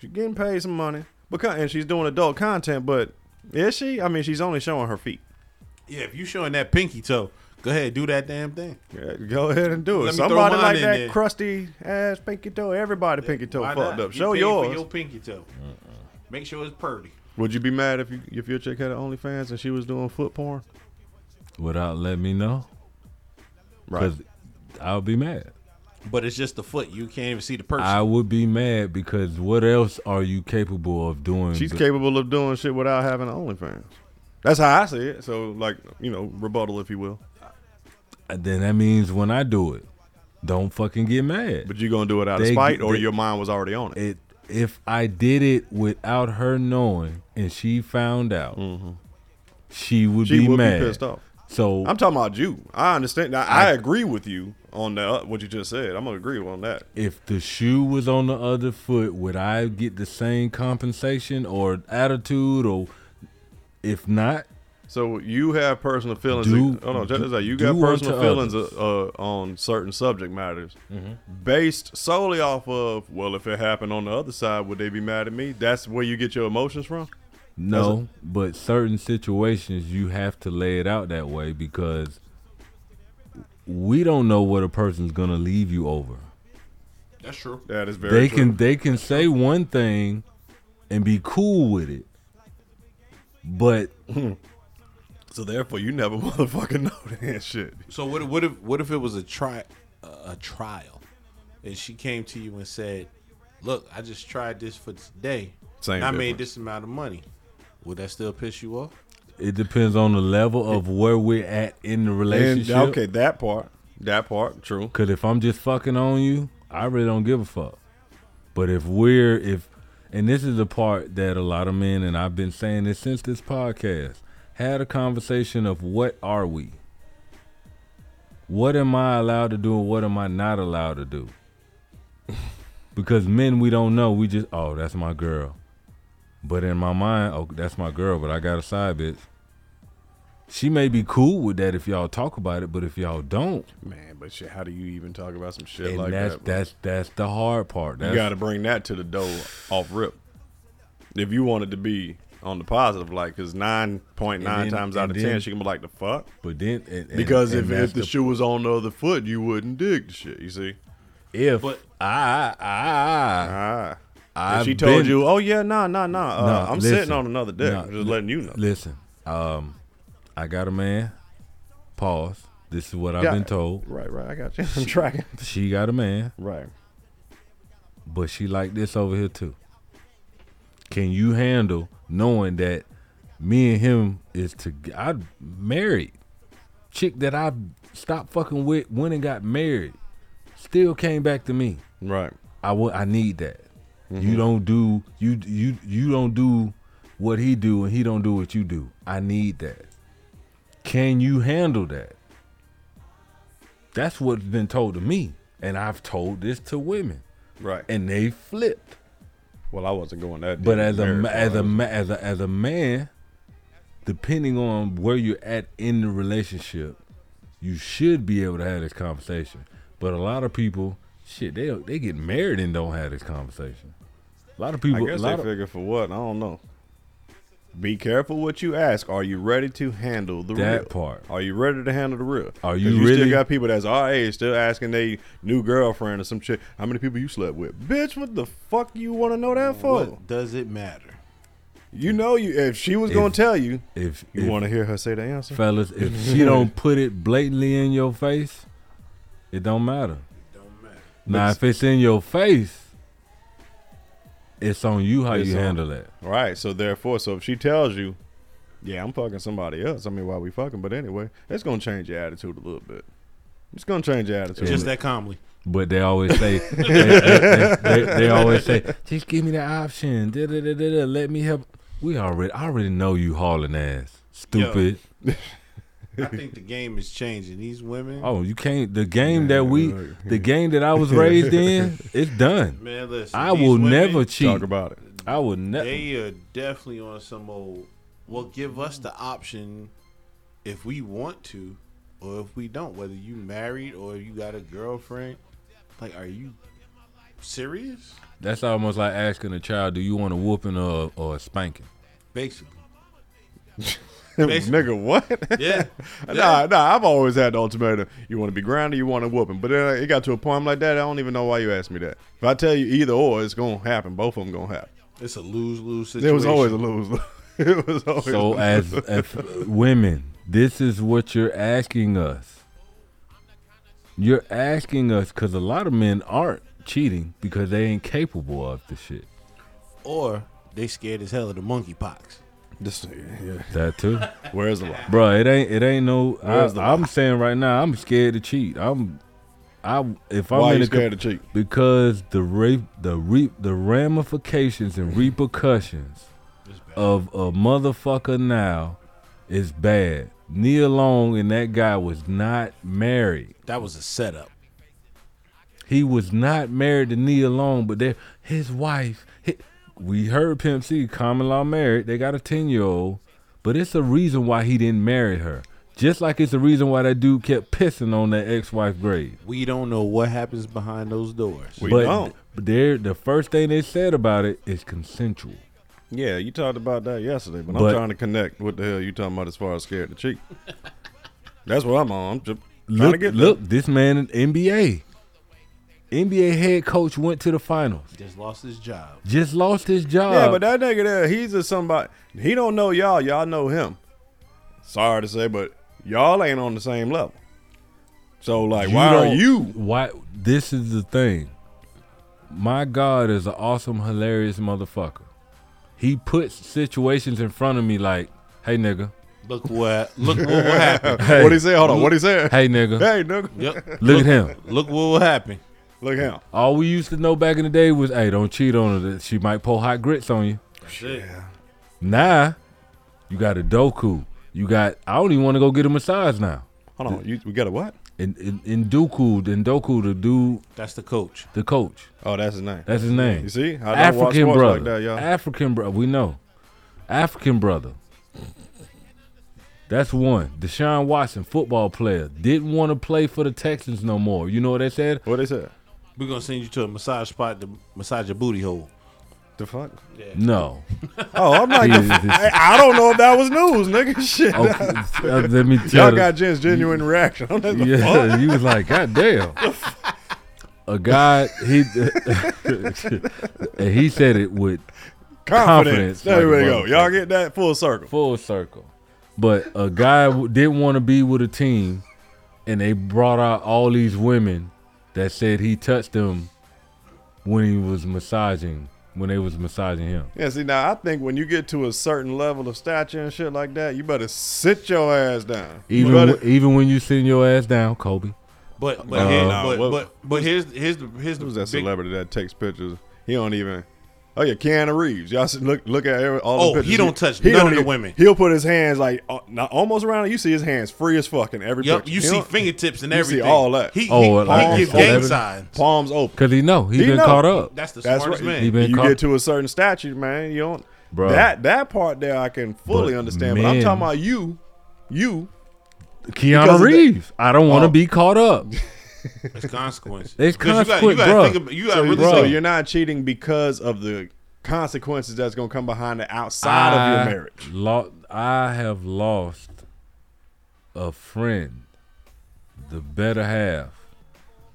S1: She getting paid some money because and she's doing adult content. But is she? I mean, she's only showing her feet.
S7: yeah, if you showing that pinky toe, go ahead, do that damn thing.
S1: Yeah, go ahead and do it.
S7: Let me throw
S1: Somebody
S7: mine
S1: like
S7: in
S1: that
S7: there.
S1: crusty ass pinky toe. Everybody pinky toe
S7: Why
S1: fucked
S7: not?
S1: up.
S7: You
S1: Show
S7: pay for
S1: yours.
S7: your pinky toe. Make sure it's purty.
S1: Would you be mad if you, if your chick had an OnlyFans and she was doing foot porn?
S5: Without letting me know,
S1: Right.
S5: because I'll be mad.
S7: But it's just the foot. You can't even see the person.
S5: I would be mad because what else are you capable of doing?
S1: She's
S5: Go-
S1: capable of doing shit without having an OnlyFans. That's how I see it. So, like, you know, rebuttal, if you will.
S5: then that means when I do it, don't fucking get mad.
S1: But you gonna do it out of
S5: They-
S1: spite, or
S5: they-
S1: your mind was already on it.
S5: it if I did it without her knowing and she found out, she would
S1: Mm-hmm. She
S5: be
S1: would
S5: mad.
S1: be pissed off.
S5: So
S1: I'm talking about you. I understand. Now, I, agree with you on that. What you just said, I'm gonna agree on that.
S5: if the shoe was on the other foot, would I get the same compensation or attitude or if not,
S1: So you have personal feelings.
S5: Do-
S1: oh no, check
S5: do-
S1: this out. You
S5: do
S1: got
S5: unto
S1: personal feelings uh, uh, on certain subject matters,
S5: Mm-hmm.
S1: based solely off of well, if it happened on the other side, would they be mad at me? That's where you get your emotions from.
S5: no. But certain situations you have to lay it out that way because we don't know what a person's gonna leave you over.
S7: That's true.
S1: That is very.
S5: they
S1: true.
S5: can they can say one thing and be cool with it but
S1: So therefore, you never motherfucking know that shit.
S7: So what? What if? What if it was a try, a, a trial, and she came to you and said, "Look, I just tried this for today.
S1: Same
S7: and I
S1: difference.
S7: made this amount of money. Would that still piss you off?
S5: it depends on the level of where we're at in the relationship
S1: okay, that part, that part, true.
S5: cuz if I'm just fucking on you I really don't give a fuck but if we're if and this is the part that a lot of men and I've been saying this since this podcast had a conversation of what are we what am I allowed to do and what am I not allowed to do? Because men, we don't know. We just, oh, that's my girl. But in my mind, oh, that's my girl, but I got a side bitch. She may be cool with that if y'all talk about it, but if y'all don't,
S1: Man, but shit, how do you even talk about some shit
S5: and
S1: like
S5: that's
S1: that? bro?
S5: that's that's the hard part. That's,
S1: you got to bring that to the door off rip. If you wanted to be on the positive, like, because nine point nine
S5: And then-
S1: times out
S5: and
S1: of ten,
S5: then-
S1: she can be like, "The fuck."
S5: but then and- and-
S1: Because
S5: and
S1: if,
S5: that's
S1: if the, shoe was on the other foot, you wouldn't dig the shit. You see,
S5: if
S7: But-
S5: I I
S1: ah,
S5: I
S1: if she told
S5: been-
S1: you, "Oh yeah, nah, nah, nah," uh,
S5: Nah,
S1: I'm
S5: listen.
S1: sitting on another dick.
S5: Nah,
S1: I'm just letting you know.
S5: listen, um, I got a man. Pause. This is what I've
S1: Yeah.
S5: been told.
S1: Right, right, I got you. I'm tracking.
S5: She got a man.
S1: Right.
S5: but she like this over here too. Can you handle knowing that me and him is to I married chick that I stopped fucking with, went and got married, still came back to me.
S1: Right.
S5: I wa- I need that. You don't do you you you don't do what he do and he don't do what you do. I need that. Can you handle that? That's what's been told to me, and I've told this to women,
S1: Right.
S5: and they flipped.
S1: Well, I wasn't going that.
S5: But
S1: deep
S5: as a
S1: there,
S5: ma-
S1: so
S5: as
S1: I
S5: a
S1: was-
S5: ma- as a as a man, depending on where you're at in the relationship, you should be able to have this conversation. But a lot of people, shit, they they get married and don't have this conversation. A lot of
S1: I
S5: people, a
S1: guess
S5: lot
S1: they
S5: of,
S1: figure for what I don't know. Be careful what you ask. Are you ready to handle the
S5: That
S1: real?
S5: part.
S1: Are you ready to handle the real?
S5: Are
S1: 'Cause
S5: you
S1: still
S5: really-
S1: got people that's our age still asking they new girlfriend or some shit. How many people you slept with? Bitch, what the fuck you want to know that for?
S7: What does it matter?
S1: You know you if she was
S5: If-
S1: gonna tell you,
S5: If
S1: you
S5: if-
S1: want to hear her say the answer.
S5: fellas, if she don't put it blatantly in your face, it don't matter.
S7: Don't matter.
S5: Now, if it's in your face, it's on you how
S1: It's
S5: you
S1: on-
S5: handle that.
S1: Right. So therefore, so if she tells you, yeah, I'm fucking somebody else. I mean, why we fucking? But anyway, it's gonna change your attitude a little bit. It's gonna change your attitude.
S7: Just that calmly.
S5: But they always say, they, they, they, they, they always say, just give me the option. Da, da, da, da, da, let me help. We already, I already know you hauling ass, stupid.
S7: I think the game is changing. These women,
S5: Oh, you can't. The game that we, the game that I was raised in, it's done.
S7: man, listen.
S5: I
S7: these
S5: will
S7: women,
S5: never cheat.
S1: Talk about it.
S5: I will never.
S7: They are definitely on some old. Well, give us the option if we want to, or if we don't. Whether you married or you got a girlfriend, like, are you serious?
S5: That's almost like asking a child, do you want a whooping or or a spanking?
S7: Basically, Basically.
S1: Nigga, what?
S7: yeah.
S1: Nah, nah. I've always had the ultimatum. You want to be grounded, you want to whooping. But then it got to a point I'm like that. I don't even know why you asked me that. If I tell you either or, it's gonna happen. Both of them gonna happen.
S7: it's a lose lose situation.
S1: There was always a lose. it was always. a
S5: So
S1: lose.
S5: as, as women, this is what you're asking us. You're asking us because a lot of men aren't cheating because they ain't capable of the shit.
S7: or they scared as hell of the monkeypox.
S1: This nigga,
S5: That too,
S1: yeah. Where's the lie?
S5: bro. It ain't. It ain't no.
S1: Where's the
S5: I, I'm saying right now, I'm scared to cheat. I'm. I if I'm
S1: Why
S5: in
S1: you
S5: a co-
S1: scared to cheat?
S5: because the rape, the reap, the ramifications and repercussions of a motherfucker now is bad. Nia Long and that guy was not married.
S7: That was a setup.
S5: He was not married to Nia Long, but they, his wife. hi- we heard Pimp C, common law married. They got a ten year old, but it's a reason why he didn't marry her. Just like it's a reason why that dude kept pissing on that ex wife grave.
S7: We don't know what happens behind those doors.
S1: We
S5: but
S1: don't.
S5: they're- the first thing they said about it is consensual.
S1: Yeah, you talked about that yesterday, but,
S5: But-
S1: I'm trying to connect. What the hell you talking about as far as scared to cheat? That's what I'm on. I'm just trying to
S5: Look,
S1: get
S5: look, this man in NBA, NBA head coach went to the finals.
S7: Just lost his job.
S5: Just lost his job.
S1: there. Yeah, but that nigga there, he's a somebody. He don't know y'all. Y'all know him. Sorry to say, but y'all ain't on the same level. So like, why are
S5: don't-
S1: you?
S5: Why? This is the thing. My God is an awesome, hilarious motherfucker. He puts situations in front of me like, "Hey nigga,
S7: Look what look what will happen.
S5: Hey.
S1: what he say? Hold on. What he say?
S5: hey nigga,
S1: Hey, nigga.
S7: Yep.
S5: look at him."
S7: Look what will happen.
S1: Look him.
S5: All we used to know back in the day was, "Hey, don't cheat on her. She might pull hot grits on you."
S7: Yeah.
S5: Nah, you got a Doku. You got. I don't even want to go get a massage now.
S1: Hold on. You, we got a what?
S5: And in, in Doku, in Doku, the dude,
S7: That's the coach.
S5: the coach.
S1: Oh, that's his name.
S5: That's his name.
S1: you see? I don't watch
S5: African
S1: sports
S5: brother.
S1: like that, y'all.
S5: African brother. We know. African brother. That's one. Deshaun Watson, football player, didn't want to play for the Texans no more. You know what they said?
S1: what they said?
S7: We're gonna send you to a massage spot to massage your booty hole.
S1: The fuck?
S5: No.
S1: Oh, I'm like,
S5: Yeah,
S1: the
S5: this-
S1: f- I, I don't know if that was news, nigga. Shit.
S5: Okay, uh, let me tell
S1: Y'all got Jen's genuine reaction. I'm like, the fuck?
S5: Yeah, you was like, God damn. A guy, he, and he said it with
S1: confidence.
S5: Confidence,
S1: There
S5: like
S1: we
S5: a
S1: go.
S5: motherfucker.
S1: Y'all get that full circle.
S5: full circle. But a guy w- didn't want to be with a team, and they brought out all these women that said he touched them when he was massaging, when they was massaging him.
S1: Yeah, see now I think when you get to a certain level of stature and shit like that, you better sit your ass down. You
S5: Even
S1: better-
S5: w- even when you sitting your ass down, Kobe.
S7: But but here,
S1: Uh, nah,
S7: but,
S1: what-
S7: but but here's here's the here's the
S1: who's that
S7: big-
S1: celebrity that takes pictures? He don't even. Oh yeah, Keanu Reeves. Y'all see, look look at every, all
S7: Oh,
S1: the
S7: he
S1: pictures.
S7: don't touch none of the
S1: even-
S7: women.
S1: He'll put his hands like uh, not almost around. it. You see his hands free as fuck in every
S7: Yup,
S1: picture.
S7: you
S1: He
S7: see
S1: don't-
S7: fingertips and
S1: you see
S7: everything.
S1: all that.
S7: He,
S5: Oh,
S7: oh, he,
S5: like
S7: he give
S5: all
S7: gang
S5: that-
S7: signs.
S1: palms open.
S5: Cause he know he,
S1: He
S5: been
S1: know.
S5: caught up.
S7: That's the
S1: That's
S7: smartest
S1: right.
S7: man.
S5: He been
S1: you
S5: caught-
S1: get to a certain stature, man. You don't.
S5: Bruh.
S1: That that part there, I can fully
S5: But
S1: understand. But I'm
S5: men-
S1: talking about you, you. because
S5: Keanu
S1: of the-
S5: Reeves. I don't want to
S1: Oh.
S5: be caught up.
S7: It's consequences.
S5: It's
S7: Because you gotta-
S5: consequent,
S7: you gotta
S5: bruh.
S7: think about- You got
S1: So,
S7: really
S1: so
S5: Bro.
S1: you're not cheating because of the consequences that's gonna come behind the outside of
S5: I
S1: your marriage.
S5: Lo- I have lost a friend, the better half,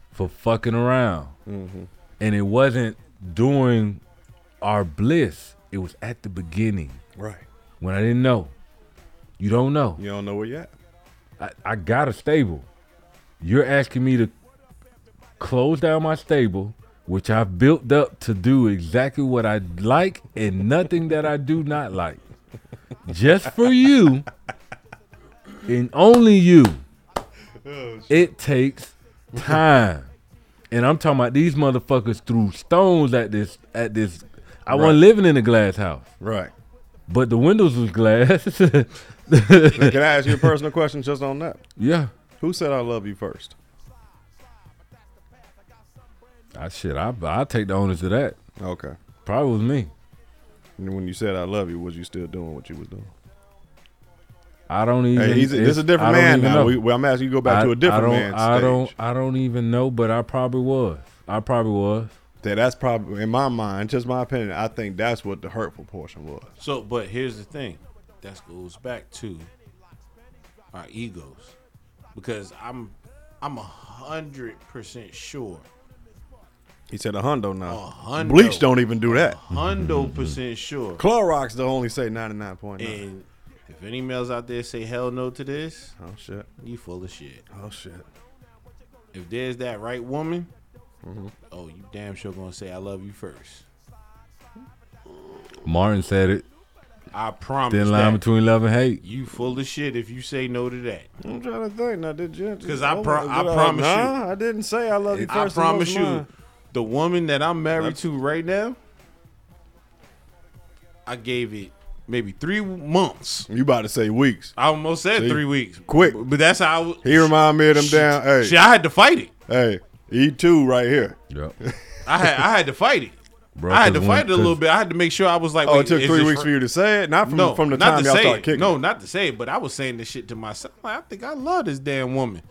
S5: for fucking around,
S1: Mm-hmm.
S5: and it wasn't during our bliss. It was at the beginning
S1: Right.
S5: when I didn't know. You don't know.
S1: You don't know where yet.
S5: I, I got a stable. You're asking me to close down my stable, which I've built up to do exactly what I like and nothing that I do not like. Just for you and only you. It takes time. And I'm talking about these motherfuckers threw stones at this at this I wasn't living in a glass house,
S1: Right.
S5: but the windows was glass.
S1: Can I ask you a personal question just on that?
S5: yeah.
S1: Who said I love you first?
S5: I shit, I I take the onus of that.
S1: Okay.
S5: Probably was me.
S1: And when you said I love you, was you still doing what you was doing?
S5: I don't even.
S1: Hey, he's a, this is a different
S5: I don't
S1: man
S5: even
S1: now.
S5: know.
S1: We, well, I'm asking you to go back
S5: I-
S1: to a different
S5: I don't,
S1: man.
S5: I
S1: stage.
S5: don't. I don't even know, but I probably was. I probably was.
S1: That- that's probably in my mind, just my opinion. I think that's what the hurtful portion was.
S7: So, but here's the thing. That goes back to our egos, because I'm, I'm a hundred percent sure,
S1: He said a Oh, hundo
S7: a
S1: now.
S7: hundo,
S1: Bleach don't even do that.
S7: hundo percent sure.
S1: Clorox they only say 99.9.
S7: And if any males out there say hell no to this,
S1: Oh shit.
S7: you full of shit.
S1: Oh shit.
S7: If there's that right woman,
S1: Mm-hmm.
S7: oh, you damn sure gonna say I love you first.
S5: Martin said it.
S7: I promise.
S5: Thin line
S7: that.
S5: between love and hate.
S7: You full of shit if you say no to that.
S1: I'm trying to think. Now, did you?
S7: 'Cause I pro- I promise you-
S1: nah, I didn't say I love you
S7: I
S1: first. and
S7: promise
S1: most
S7: you,
S1: mine.
S7: the woman that I'm married
S1: That's-
S7: to right now, I gave it maybe three months.
S1: You about to say weeks.
S7: I almost said
S1: See?
S7: three weeks.
S1: Quick.
S7: But that's how I was.
S1: He remind me of them down. Hey,
S7: Shit, I had to fight it.
S1: hey, E two right here.
S5: Yep.
S7: I had I had to fight it.
S5: Bro,
S7: I had
S5: 'cause when-
S7: to fight it a little
S5: 'cause
S7: bit. I had to make sure I was like,
S1: Oh,
S7: wait,
S1: it took
S7: is
S1: three
S7: this
S1: weeks
S7: fr-
S1: for you to say it. Not from
S7: No,
S1: from the
S7: not
S1: time
S7: to
S1: y'all
S7: say
S1: start
S7: it.
S1: kicking.
S7: No, not to say it, but I was saying this shit to myself. Like, I think I love this damn woman.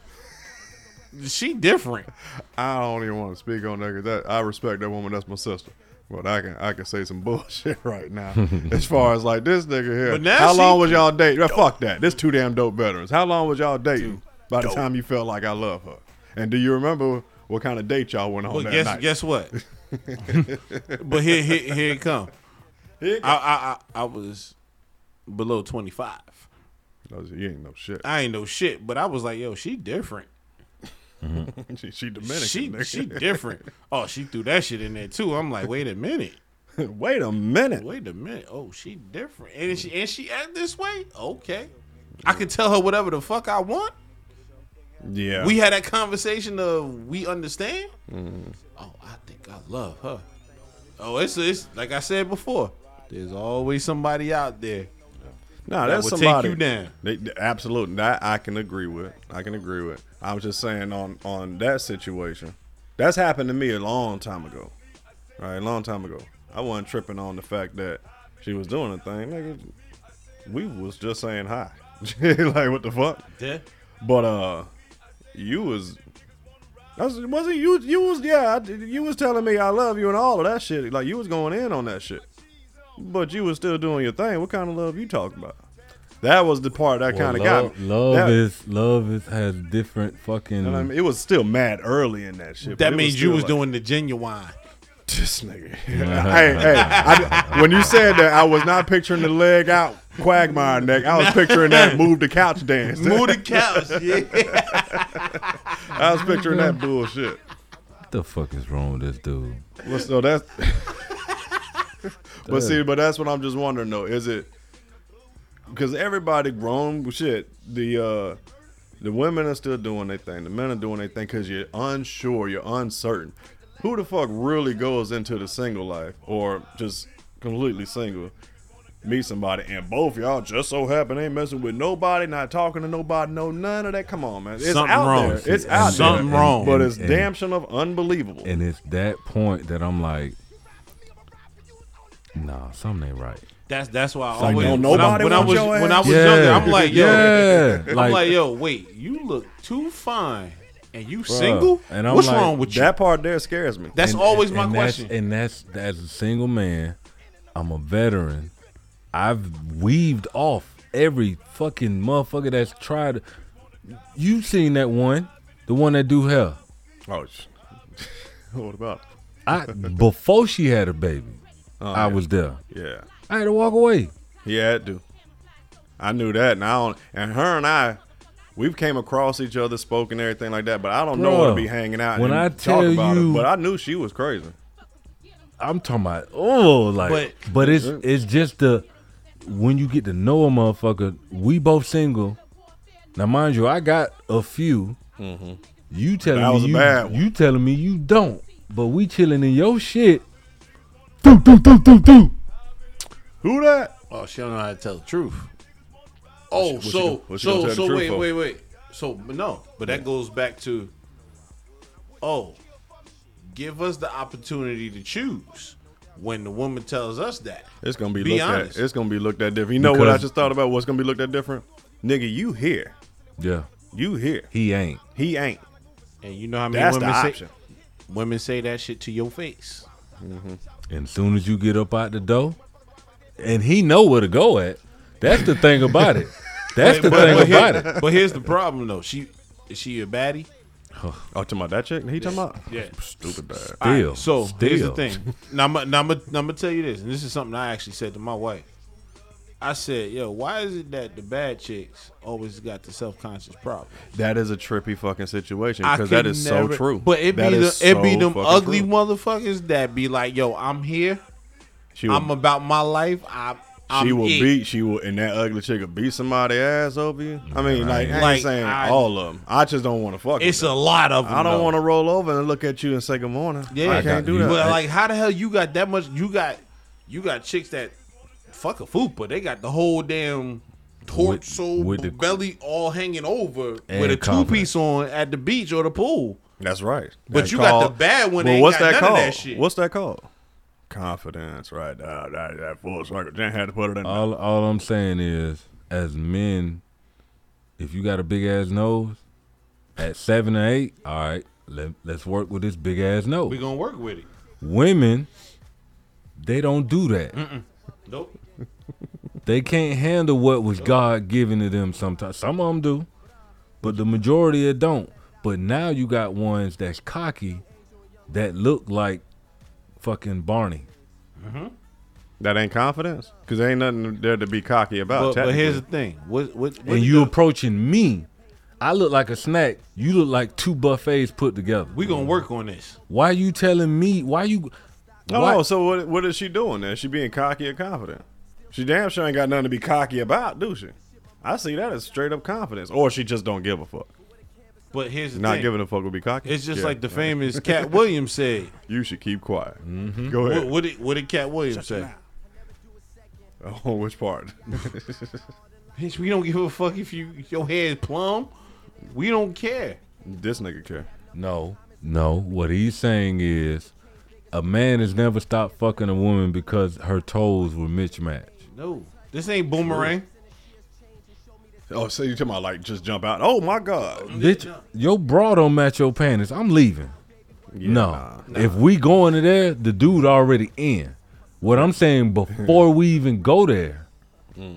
S7: She different.
S1: I don't even want to speak on that because that, I respect that woman. That's my sister. But I can I can say some bullshit right now as far as like this nigga here.
S7: But now
S1: how
S7: she-
S1: long was y'all dating? Fuck that. This two damn dope veterans. How long was y'all dating by the time you felt like I love her? And do you remember what kind of date y'all went on
S7: But
S1: that
S7: guess
S1: night?
S7: guess what? but here here here it come.
S1: Here it
S7: I, I I I was below twenty five.
S1: I was like, you ain't no shit.
S7: I ain't no shit, but I was like, yo, she different.
S1: she, she Dominican.
S7: She
S1: nigga.
S7: she different. Oh, she threw that shit in there too. I'm like, wait a minute,
S1: Wait a minute.
S7: wait a minute. Oh, she different, and she and she act this way. Okay, I can tell her whatever the fuck I want.
S1: Yeah.
S7: We had that conversation of we understand. Oh, I think I love her. Oh, it's it's like I said before. There's always somebody out there
S1: nah,
S7: that
S1: that's
S7: will
S1: somebody.
S7: take you down.
S1: They, they- absolutely, that I can agree with. I can agree with. I was just saying on on that situation, that's happened to me a long time ago. Right, a long time ago. I wasn't tripping on the fact that she was doing a thing. Nigga, we was just saying hi. like what the fuck?
S7: Yeah.
S1: But uh, you was. That's, wasn't you? You was yeah. I, did- you was telling me I love you and all of that shit. Like you was going in on that shit, but you was still doing your thing. What kind of love you talking about? That was the part that kind of
S5: love,
S1: got me.
S5: Love
S1: That-
S5: is love is has different fucking.
S1: and I mean, it was still mad early in that shit. but
S7: That
S1: it
S7: means you
S1: still
S7: was
S1: like,
S7: doing the genuine.
S1: this nigga. hey, hey! I, when you said that, I was not picturing the leg out quagmire neck. I was picturing that move the couch dance.
S7: Move the couch, yeah.
S1: I was picturing that bullshit.
S5: what the fuck is wrong with this dude?
S1: Well, so that's. but see, but that's what I'm just wondering though. Is it because everybody grown shit? The uh the women are still doing their thing. The men are doing their thing because you're unsure, you're uncertain. Who the fuck really goes into the single life or just completely single? Meet somebody and both y'all just so happen ain't messing with nobody, not talking to nobody, no none of that. Come on, man, it's
S7: Something
S1: out
S7: wrong.
S1: there. It's out
S7: Something
S1: there,
S7: wrong.
S1: but it's
S5: And- and-
S1: damn of unbelievable.
S5: And it's that point that I'm like, nah, something ain't right.
S7: That's that's why I
S5: like,
S7: always
S5: don't
S7: when I,
S1: nobody
S7: when I
S1: want
S7: was
S1: your
S7: when I
S1: ass?
S7: was younger, I'm like, yo,
S5: yeah,
S7: I'm like, yo, wait, you look too fine, and you single?
S5: and I'm
S7: What's
S5: like,
S7: wrong with you?
S1: That part there scares me.
S7: That's
S5: And-
S7: always
S5: and-
S7: my
S5: and
S7: question.
S5: That's, and that's as a single man, I'm a veteran. I've weaved off every fucking motherfucker that's tried. You seen that one, the one that do hair.
S1: Oh, sh- what about?
S5: I before she had her baby,
S1: Oh, yeah.
S5: I was there.
S1: Yeah,
S5: I had to walk away.
S1: he had to. I knew that, and I don't, and her and I, we've came across each other, spoken and everything like that. But I don't know where to
S5: Bruh,
S1: be hanging out
S5: when
S1: and
S5: I
S1: talk
S5: tell
S1: about
S5: you-
S1: it. But I knew she was crazy.
S5: I'm talking about oh like but,
S7: But-
S5: it's it's just the when you get to know a motherfucker, we both single. Now mind you, I got a few.
S7: Mm-hmm.
S5: You telling
S1: That was a
S5: me
S1: bad
S5: you,
S1: one.
S5: you telling me you don't, but we chilling in your shit.
S1: Who that?
S7: Oh, she don't know how to tell the truth. Oh,
S1: what she
S7: so
S1: gon- what she gonna
S7: so
S1: tell
S7: so
S1: the truth
S7: wait
S1: for?
S7: wait wait. So but no, but that goes back to oh, give us the opportunity to choose when the woman tells us that.
S1: It's gonna be,
S7: Be
S1: looked
S7: honest.
S1: at. It's gonna be looked at different. You know what I
S5: Because-
S1: just thought about? What's gonna be looked at different? Nigga, you here?
S5: Yeah,
S1: You here?
S5: he ain't.
S1: He ain't.
S7: And you know how many
S1: That's the
S7: women say
S1: option.
S7: women say that shit to your face.
S5: And soon as you get up out the door, and he know where to go at. That's the thing about it. That's the
S7: But,
S5: thing
S7: but
S5: about
S7: here-
S5: it.
S7: but here's the problem though. She is she a baddie?
S1: Oh, talking about that chick? He talking about?
S7: Yeah.
S1: Stupid bad.
S7: All right,
S5: Still,
S7: so here's the
S5: still.
S7: thing. Now I'm, now, I'm, now I'm gonna tell you this, and this is something I actually said to my wife. I said, "Yo, why is it that the bad chicks always got the self conscious problem?
S1: That is a trippy fucking situation
S7: I
S1: because that
S7: could
S1: is
S7: never-
S1: so true.
S7: But it
S1: That
S7: be the,
S1: is
S7: it be
S1: so
S7: them
S1: fucking
S7: ugly
S1: true.
S7: motherfuckers that be like, "Yo, I'm here.
S1: She will,
S7: I'm about my life. I, I'm
S1: she will
S7: it.
S1: beat. She will, and that ugly chick will beat somebody ass over you. I mean, like, I ain't
S7: Like,
S1: saying
S7: I-
S1: all of them. I just don't want to fuck.
S7: It's
S1: It's
S7: a lot of. Them,
S1: I don't
S7: though.
S1: want to roll over and look at you and say good morning.
S7: Yeah,
S1: Yeah, I can't
S5: got you.
S1: do that.
S7: But like, how the hell you got that much? You got you got chicks that fuck a food, but they got the whole damn torso,
S5: with the-
S7: belly all hanging over
S5: And
S7: with a two
S5: confident.
S7: piece on at the beach or the pool.
S1: That's right.
S7: But
S1: That's
S7: you got the
S1: called-
S7: bad one that ain't got none of
S1: called?
S7: that shit.
S1: What's that called? Confidence, right? Uh, that, that full circle. Jan had to put it in.
S5: All all I'm saying is, as men, if you got a big ass nose, at seven or eight, all right, let, let's work with this big ass nose.
S7: We gonna work with it.
S5: Women, they don't do that.
S7: Nope.
S5: They can't handle what was God given to them. Sometimes some of them do, but the majority of don't. But now you got ones that's cocky, that look like fucking Barney.
S1: That ain't confidence because ain't nothing there to be cocky
S7: But,
S1: about.
S7: but here's the
S1: technically.
S7: thing. What what, what
S5: and
S7: did
S5: you
S7: the-
S5: approaching me. I look like a snack. You look like two buffets put together.
S7: we gonna work on this.
S5: Why you telling me? Why you?
S1: oh,
S5: why-
S1: so what? What is she doing? Then she being cocky or confident? She damn sure ain't got nothing to be cocky about, do she? I see that as straight up confidence, or she just don't give a fuck.
S7: But here's the
S1: Not
S7: thing.
S1: giving a fuck would be cocky.
S7: it's just
S1: Yeah,
S7: like the
S1: right.
S7: famous Cat Williams said.
S1: You should keep quiet. Go
S7: What,
S1: ahead.
S7: what did what did Cat Williams say?
S1: Oh, which part?
S7: Bitch, we don't give a fuck if you your hair is plumb. We don't care.
S1: this nigga care.
S5: No, no. What he's saying is, a man has never stopped fucking a woman because her toes were mismatched.
S7: No, this ain't boomerang.
S1: Oh, so you talking about like just jump out? Oh my god.
S5: Bitch, your bra don't match your panties. I'm leaving. no, if we going to there, the dude already in. What I'm saying before we even go there, you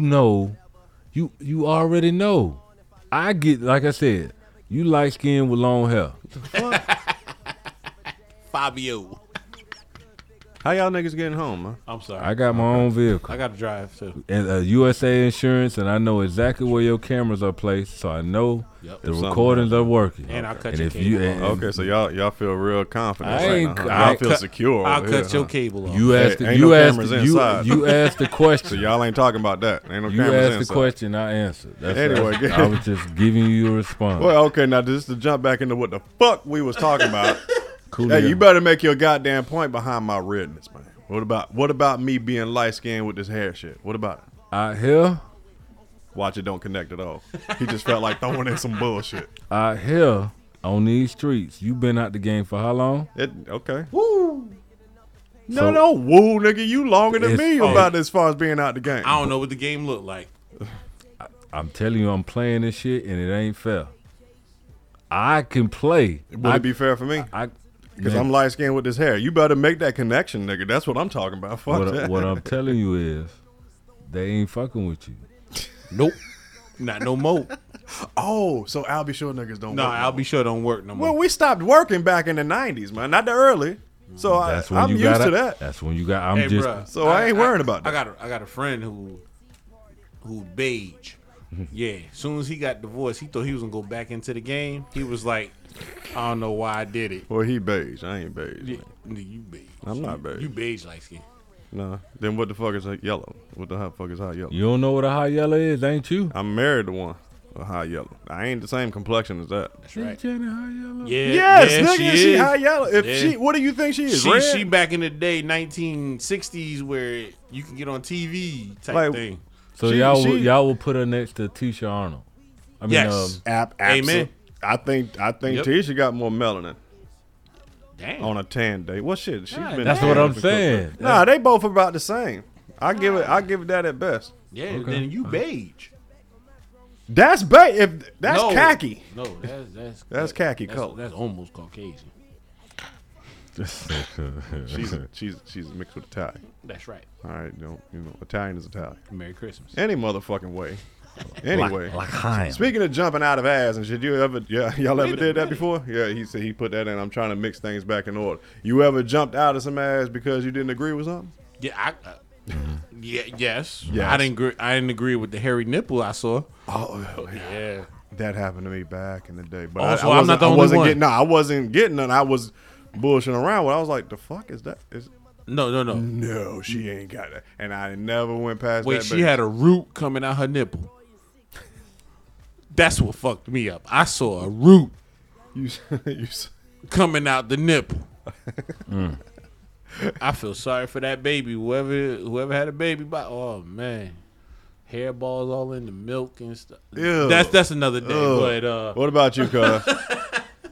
S5: know, you you already know. I get like I said, you light skin with long hair.
S7: Fabio.
S1: How y'all niggas getting home, man?
S7: I'm sorry.
S5: I got my own vehicle.
S7: I got to drive too.
S5: and uh, USA Insurance, and I know exactly where your cameras are placed, so I know
S7: Yep.
S5: the
S1: Something
S5: recordings are working.
S7: And I'll cut
S5: and
S7: your
S5: if you
S7: cable
S5: and
S1: Okay, so y'all y'all feel real confident.
S5: I
S1: right
S5: ain't-
S1: now, huh?
S5: I
S1: Y'all feel
S7: cut-
S1: secure.
S7: I'll
S1: over
S7: cut
S1: here,
S7: your
S1: Oh, huh?
S7: cable off.
S5: you
S1: Hey,
S5: asked the,
S1: ain't
S5: you
S1: no
S5: asked
S1: cameras
S5: the, you,
S1: inside.
S5: you asked the
S1: So
S5: question.
S1: y'all ain't talking about that. Ain't no
S5: you
S1: cameers
S5: asked the
S1: inside.
S5: question, I answered. That's
S1: Anyway,
S5: I, I was just giving you a response.
S1: Well, okay, now just to jump back into what the fuck we was talking about.
S5: Coolio.
S1: hey, you better make your goddamn point behind my redness, man. What about what about me being light skinned with this hair shit? What about it?
S5: out here,
S1: Watch it don't connect at all. He just felt like throwing in some bullshit.
S5: out here on these streets, you been out the game for how long?
S1: It okay. No,
S5: So-
S1: no, woo, nigga, you longer than
S5: It's-
S1: me
S5: oh.
S1: about as far as being out the game.
S7: I don't know what the game looked like.
S5: I'm telling you, I'm playing this shit, and it ain't fair. I can play.
S1: Would
S5: I,
S1: it be fair for me?
S5: I
S1: Because I'm light skinned with this hair. You better make that connection, nigga. That's what I'm talking about. Fuck
S5: what, I-
S1: that.
S5: what I'm telling you is, they ain't fucking with you.
S7: Nope. Not no more.
S1: oh, so I'll be sure niggas don't.
S7: No,
S1: work
S7: I'll be sure it don't work no more.
S1: Well, we stopped working back in the '90s, man. Not the early. So I,
S5: That's when
S1: I'm
S5: you
S1: used
S5: got
S1: to that.
S5: That's when you got. I'm
S7: hey,
S5: just.
S7: bruh,
S1: so I ain't worried about
S7: I
S1: that.
S7: got a, I got a friend who who beige. Yeah, as soon as he got divorced, he thought he was gonna go back into the game. He was like, I don't know why I did it.
S1: Well, he beige. I ain't beige.
S7: Yeah,
S1: man.
S7: nigga, you beige.
S1: I'm not beige.
S7: You beige light skin.
S1: Nah. Then what the fuck is yellow? What the fuck is hot yellow?
S5: You don't know what a hot yellow is, ain't you?
S1: I'm married to one. A high yellow. I ain't the same complexion as that.
S5: That's right. Jenny hot yellow.
S7: Yeah,
S1: Yes,
S7: yeah,
S1: nigga, she,
S7: is.
S1: high yellow. If
S7: Yeah.
S1: she, what do you think she is?
S7: She,
S1: Red?
S7: she back in the day, 1960s, where you can get on TV type
S1: Like,
S7: thing.
S5: So
S1: She-
S5: y'all will,
S1: she-
S5: y'all will put her next to Tisha Arnold. I mean, um,
S7: Yes.
S1: Ab-
S7: Amen.
S1: abso- I think I think
S7: Yep.
S1: Tisha got more melanin
S7: Damn.
S1: on a tan day. Well, shit, she's
S7: God
S1: been.
S5: that's
S1: tan
S5: what I'm
S1: since-
S5: saying.
S1: Nah, they both about the same. I give it. I give it that at best.
S7: yeah,
S5: Okay.
S7: then you beige.
S1: That's ba- if that's
S7: No.
S1: khaki.
S7: No, that's that's
S1: That's khaki color.
S7: That's almost Caucasian.
S1: she's a, she's she's mixed with Italian.
S7: That's right.
S1: All right, you know, you know Italian is Italian.
S7: Merry Christmas.
S1: Any motherfucking way. Anyway,
S2: Heim.
S1: speaking of jumping out of ass and shit, you ever yeah y'all
S7: Wait
S1: ever
S7: a
S1: did that
S7: minute.
S1: before? Yeah, he said he put that in. I'm trying to mix things back in order. You ever jumped out of some ass because you didn't agree with something?
S7: Yeah, I. Uh, yeah, yes.
S1: Yes.
S7: I didn't. Agree, I didn't agree with the hairy nipple I saw.
S1: Oh,
S7: Yeah.
S1: that happened to me back in the day. But
S7: Oh,
S1: I,
S7: so
S1: I
S7: I'm
S1: wasn't,
S7: not the
S1: I
S7: only
S1: wasn't
S7: one.
S1: getting. No, I wasn't getting none. I was bullshitting around. When I was like, the fuck is that? Is
S7: No, no, no.
S1: no, she ain't got that. And I never went past.
S7: Wait,
S1: Mm, that
S7: she
S1: bitch.
S7: had a root coming out her nipple. That's what fucked me up. I saw a root
S1: You, you, s-
S7: coming out the nipple. I feel sorry for that baby. Whoever whoever had a baby, by oh man, hairballs all in the milk and stuff.
S1: Ew.
S7: That's that's another day.
S1: Ew.
S7: But uh,
S1: What about you, cuz?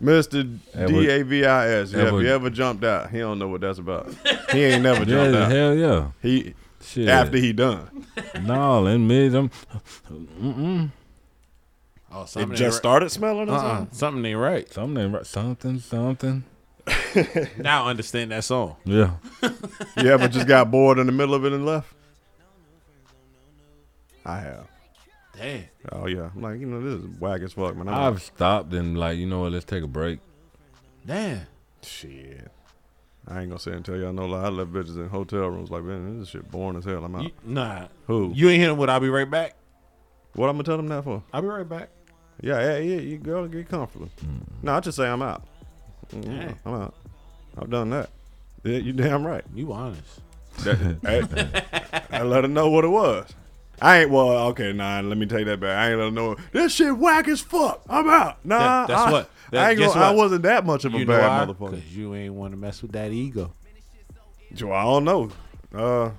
S1: Mr.
S5: Edward-
S1: D A V I S. Have
S5: Edward-
S1: you ever jumped out? He don't know what that's about. He ain't never
S5: Yeah,
S1: jumped out.
S5: hell yeah.
S1: He
S5: Shit.
S1: after he done.
S5: no, in mid, I'm,
S7: oh,
S1: It
S7: something
S1: just
S7: ain't right.
S1: started smelling or
S7: Uh-uh,
S1: something.
S7: something ain't right.
S5: something, ain't right- something, something.
S7: Now I understand that song.
S5: Yeah.
S1: You ever just got bored in the middle of it and left? I have.
S7: Damn.
S1: Oh yeah. I'm like, you know, this is whack as fuck, man. I'm like,
S5: I've stopped and like, you know what? Let's take a break.
S7: Damn.
S1: shit. I ain't gonna say and tell y'all no lie. I left bitches in hotel rooms like, man, this shit boring as hell. I'm out.
S7: You, nah.
S1: Uh. Who?
S7: You ain't hearing what I'll be right back.
S1: what I'm gonna tell them that for?
S7: I'll be right back.
S1: Yeah, yeah, yeah. You go get comfortable. No, I just say I'm out. Mm,
S7: Dang.
S1: I'm out. I've done that. Yeah, you damn right.
S7: You honest.
S1: That- I, I let her know what it was. I ain't well. Okay, nah. Let me take that back. I ain't let her know this shit whack as fuck. I'm out. Nah,
S7: That- that's
S1: I,
S7: what-
S1: I
S7: that-
S1: ain't
S7: guess
S1: gonna, I
S7: what?
S1: wasn't that much of a
S7: You know why?
S1: bad motherfucker.
S7: Because you ain't want to mess with that ego.
S1: Joe, I don't know. Uh, I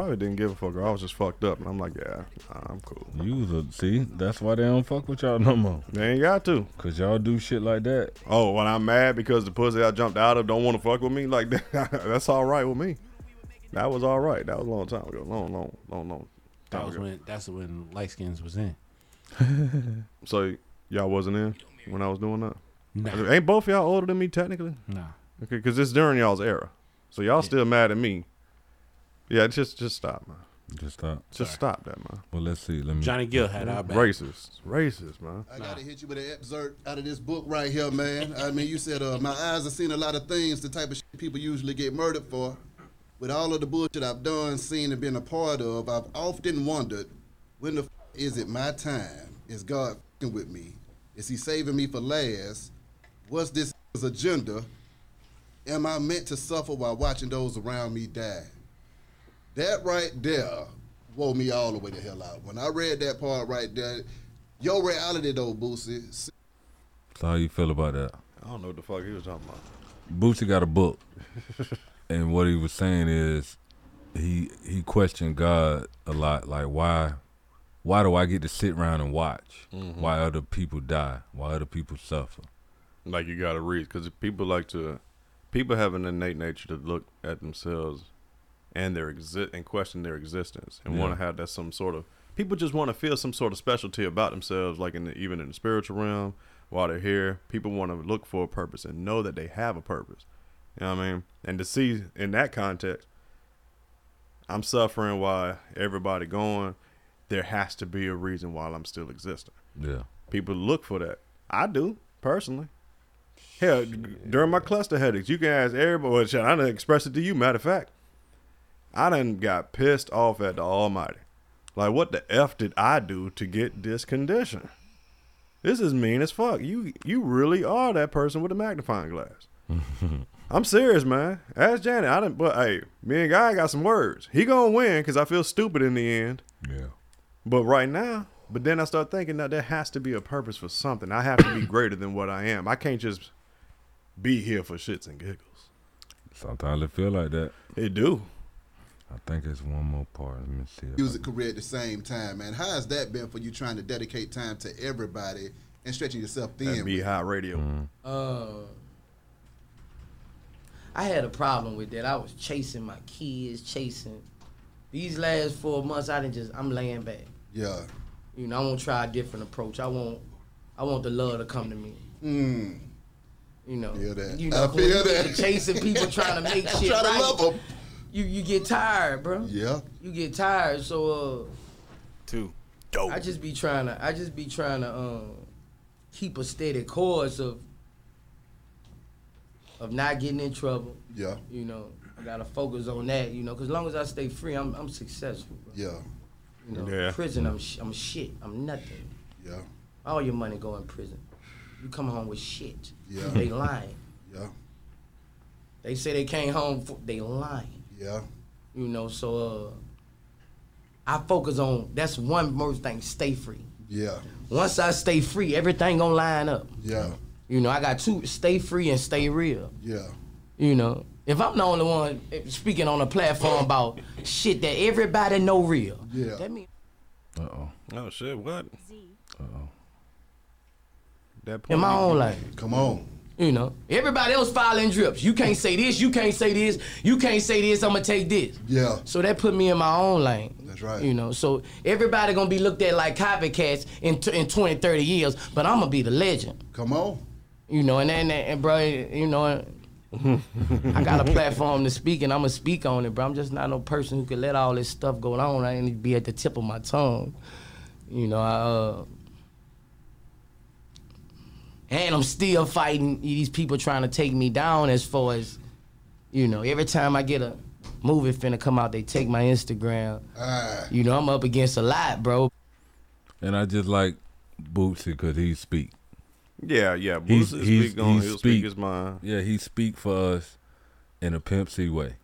S1: probably didn't give a fuck. I was just fucked up, and I'm like, yeah, nah, I'm cool.
S5: You was a, see, that's why they don't fuck with y'all no more.
S1: They ain't got to.
S5: Cause y'all do shit like that.
S1: Oh, when I'm mad because the pussy I jumped out of don't want to fuck with me, like that, that's all right with me. That was all right. That was a long time ago. Long, long, long, long.
S7: That
S1: Time
S7: was
S1: ago.
S7: when. That's when light skins was in.
S1: So y'all wasn't in when I was doing that.
S7: Nah.
S1: Ain't both of y'all older than me technically?
S7: Nah.
S1: Okay, because it's during y'all's era. So y'all still mad at me. Yeah, just just stop, man.
S5: Just stop.
S1: Just stop that, man.
S5: Well, let's see. Let me.
S7: Johnny Gill had our back.
S1: Racist, racist, man.
S6: I gotta hit you with an excerpt out of this book right here, man. I mean, you said uh, my eyes have seen a lot of things, the type of shit people usually get murdered for. With all of the bullshit I've done, seen, and been a part of, I've often wondered, when the f- is it my time? Is God f***ing with me? Is He saving me for last? What's this f***er's agenda? Am I meant to suffer while watching those around me die? That right there wore me all the way the hell out. When I read that part right there, your reality though, Boosie,
S5: So how you feel about that?
S1: I don't know what the fuck he was talking about.
S5: Bootsy got a book, and what he was saying is, he he questioned God a lot. Like why, why do I get to sit around and watch? Why other people die? Why other people suffer?
S1: Like you gotta read because people like to, people have an innate nature to look at themselves, and their exist and question their existence and want
S5: Yeah.
S1: to have that some sort of. People just want to feel some sort of specialty about themselves, like in the, even in the spiritual realm. While they're here, people want to look for a purpose and know that they have a purpose. You know what I mean? And to see in that context, I'm suffering while everybody going, there has to be a reason why I'm still existing.
S5: Yeah.
S1: People look for that. I do personally. Hell, d- during my cluster headaches, you can ask everybody. well, Shit, I done expressed it to you. Matter of fact, I done got pissed off at the Almighty. Like, what the f did I do to get this condition? This is mean as fuck. You you really are that person with the magnifying glass. I'm serious, man. Ask Janet. I didn't. But hey, me and Guy got some words. He gonna win because I feel stupid in the end.
S5: Yeah.
S1: But right now, but then I start thinking that there has to be a purpose for something. I have to be greater than what I am. I can't just be here for shits and giggles.
S5: Sometimes it feel like that.
S1: It do.
S5: I think it's one more part. Let me see. if I
S6: music career at the same time, man. How has that been for you trying to dedicate time to everybody and stretching yourself
S1: That
S6: thin?
S1: be high radio.
S5: Mm-hmm.
S2: Uh, I had a problem with that. I was chasing my kids, chasing. These last four months, I didn't just. I'm laying back.
S6: Yeah.
S2: You know, I want to try a different approach. I want, I want the love to come to me.
S6: Mm.
S2: You know,
S6: Feel that.
S2: you
S6: I
S2: know, 'cause
S6: feel
S2: when you
S6: that.
S2: get to chasing people trying to make
S6: Try
S2: shit
S6: to
S2: right,
S6: love 'em.
S2: You you get tired, bro.
S6: Yeah.
S2: You get tired, so uh,
S7: Two.
S2: I just be trying to I just be trying to um keep a steady course of of not getting in trouble.
S6: Yeah.
S2: You know, I gotta focus on that. You know, because long as I stay free, I'm I'm successful. Bro.
S6: Yeah.
S2: You know,
S1: Yeah.
S2: prison, I'm sh- I'm shit. I'm nothing.
S6: Yeah.
S2: All your money go in prison. You come home with shit.
S6: Yeah.
S2: They lying.
S6: Yeah.
S2: They say they came home. For, they lying.
S6: Yeah.
S2: You know, so uh, I focus on that's one most thing. Stay free.
S6: Yeah.
S2: Once I stay free, everything gonna line up.
S6: Yeah.
S2: You know, I got two stay free and stay real.
S6: Yeah.
S2: You know, if I'm the only one eh, speaking on a platform about shit that everybody know real,
S6: Yeah.
S2: that mean
S5: Uh oh.
S1: Oh shit! What? That point.
S2: in my own life.
S6: Come on.
S2: You know, everybody else filing drips. You can't say this. You can't say this. You can't say this. I'm gonna take this.
S6: Yeah.
S2: So that put me in my own lane.
S6: That's right.
S2: You know, so everybody gonna be looked at like copycats in t- in 20, 30 years, but I'm gonna be the legend.
S6: Come on.
S2: You know, and and, and bro, you know, I got a platform to speak, and I'm gonna speak on it, bro. I'm just not no person who can let all this stuff go on. I need to be at the tip of my tongue. You know, I. Uh, and I'm still fighting these people trying to take me down as far as, you know, every time I get a movie finna come out, they take my Instagram.
S6: Ah.
S2: You know, I'm up against a lot, bro.
S5: And I just like Bootsy because he speak.
S1: Yeah, yeah.
S5: He's-
S1: Bruce is
S5: he's-
S1: speak on.
S5: he's
S1: He'll speak.
S5: speak.
S1: his mind.
S5: Yeah, he speak for us in a Pimp C way.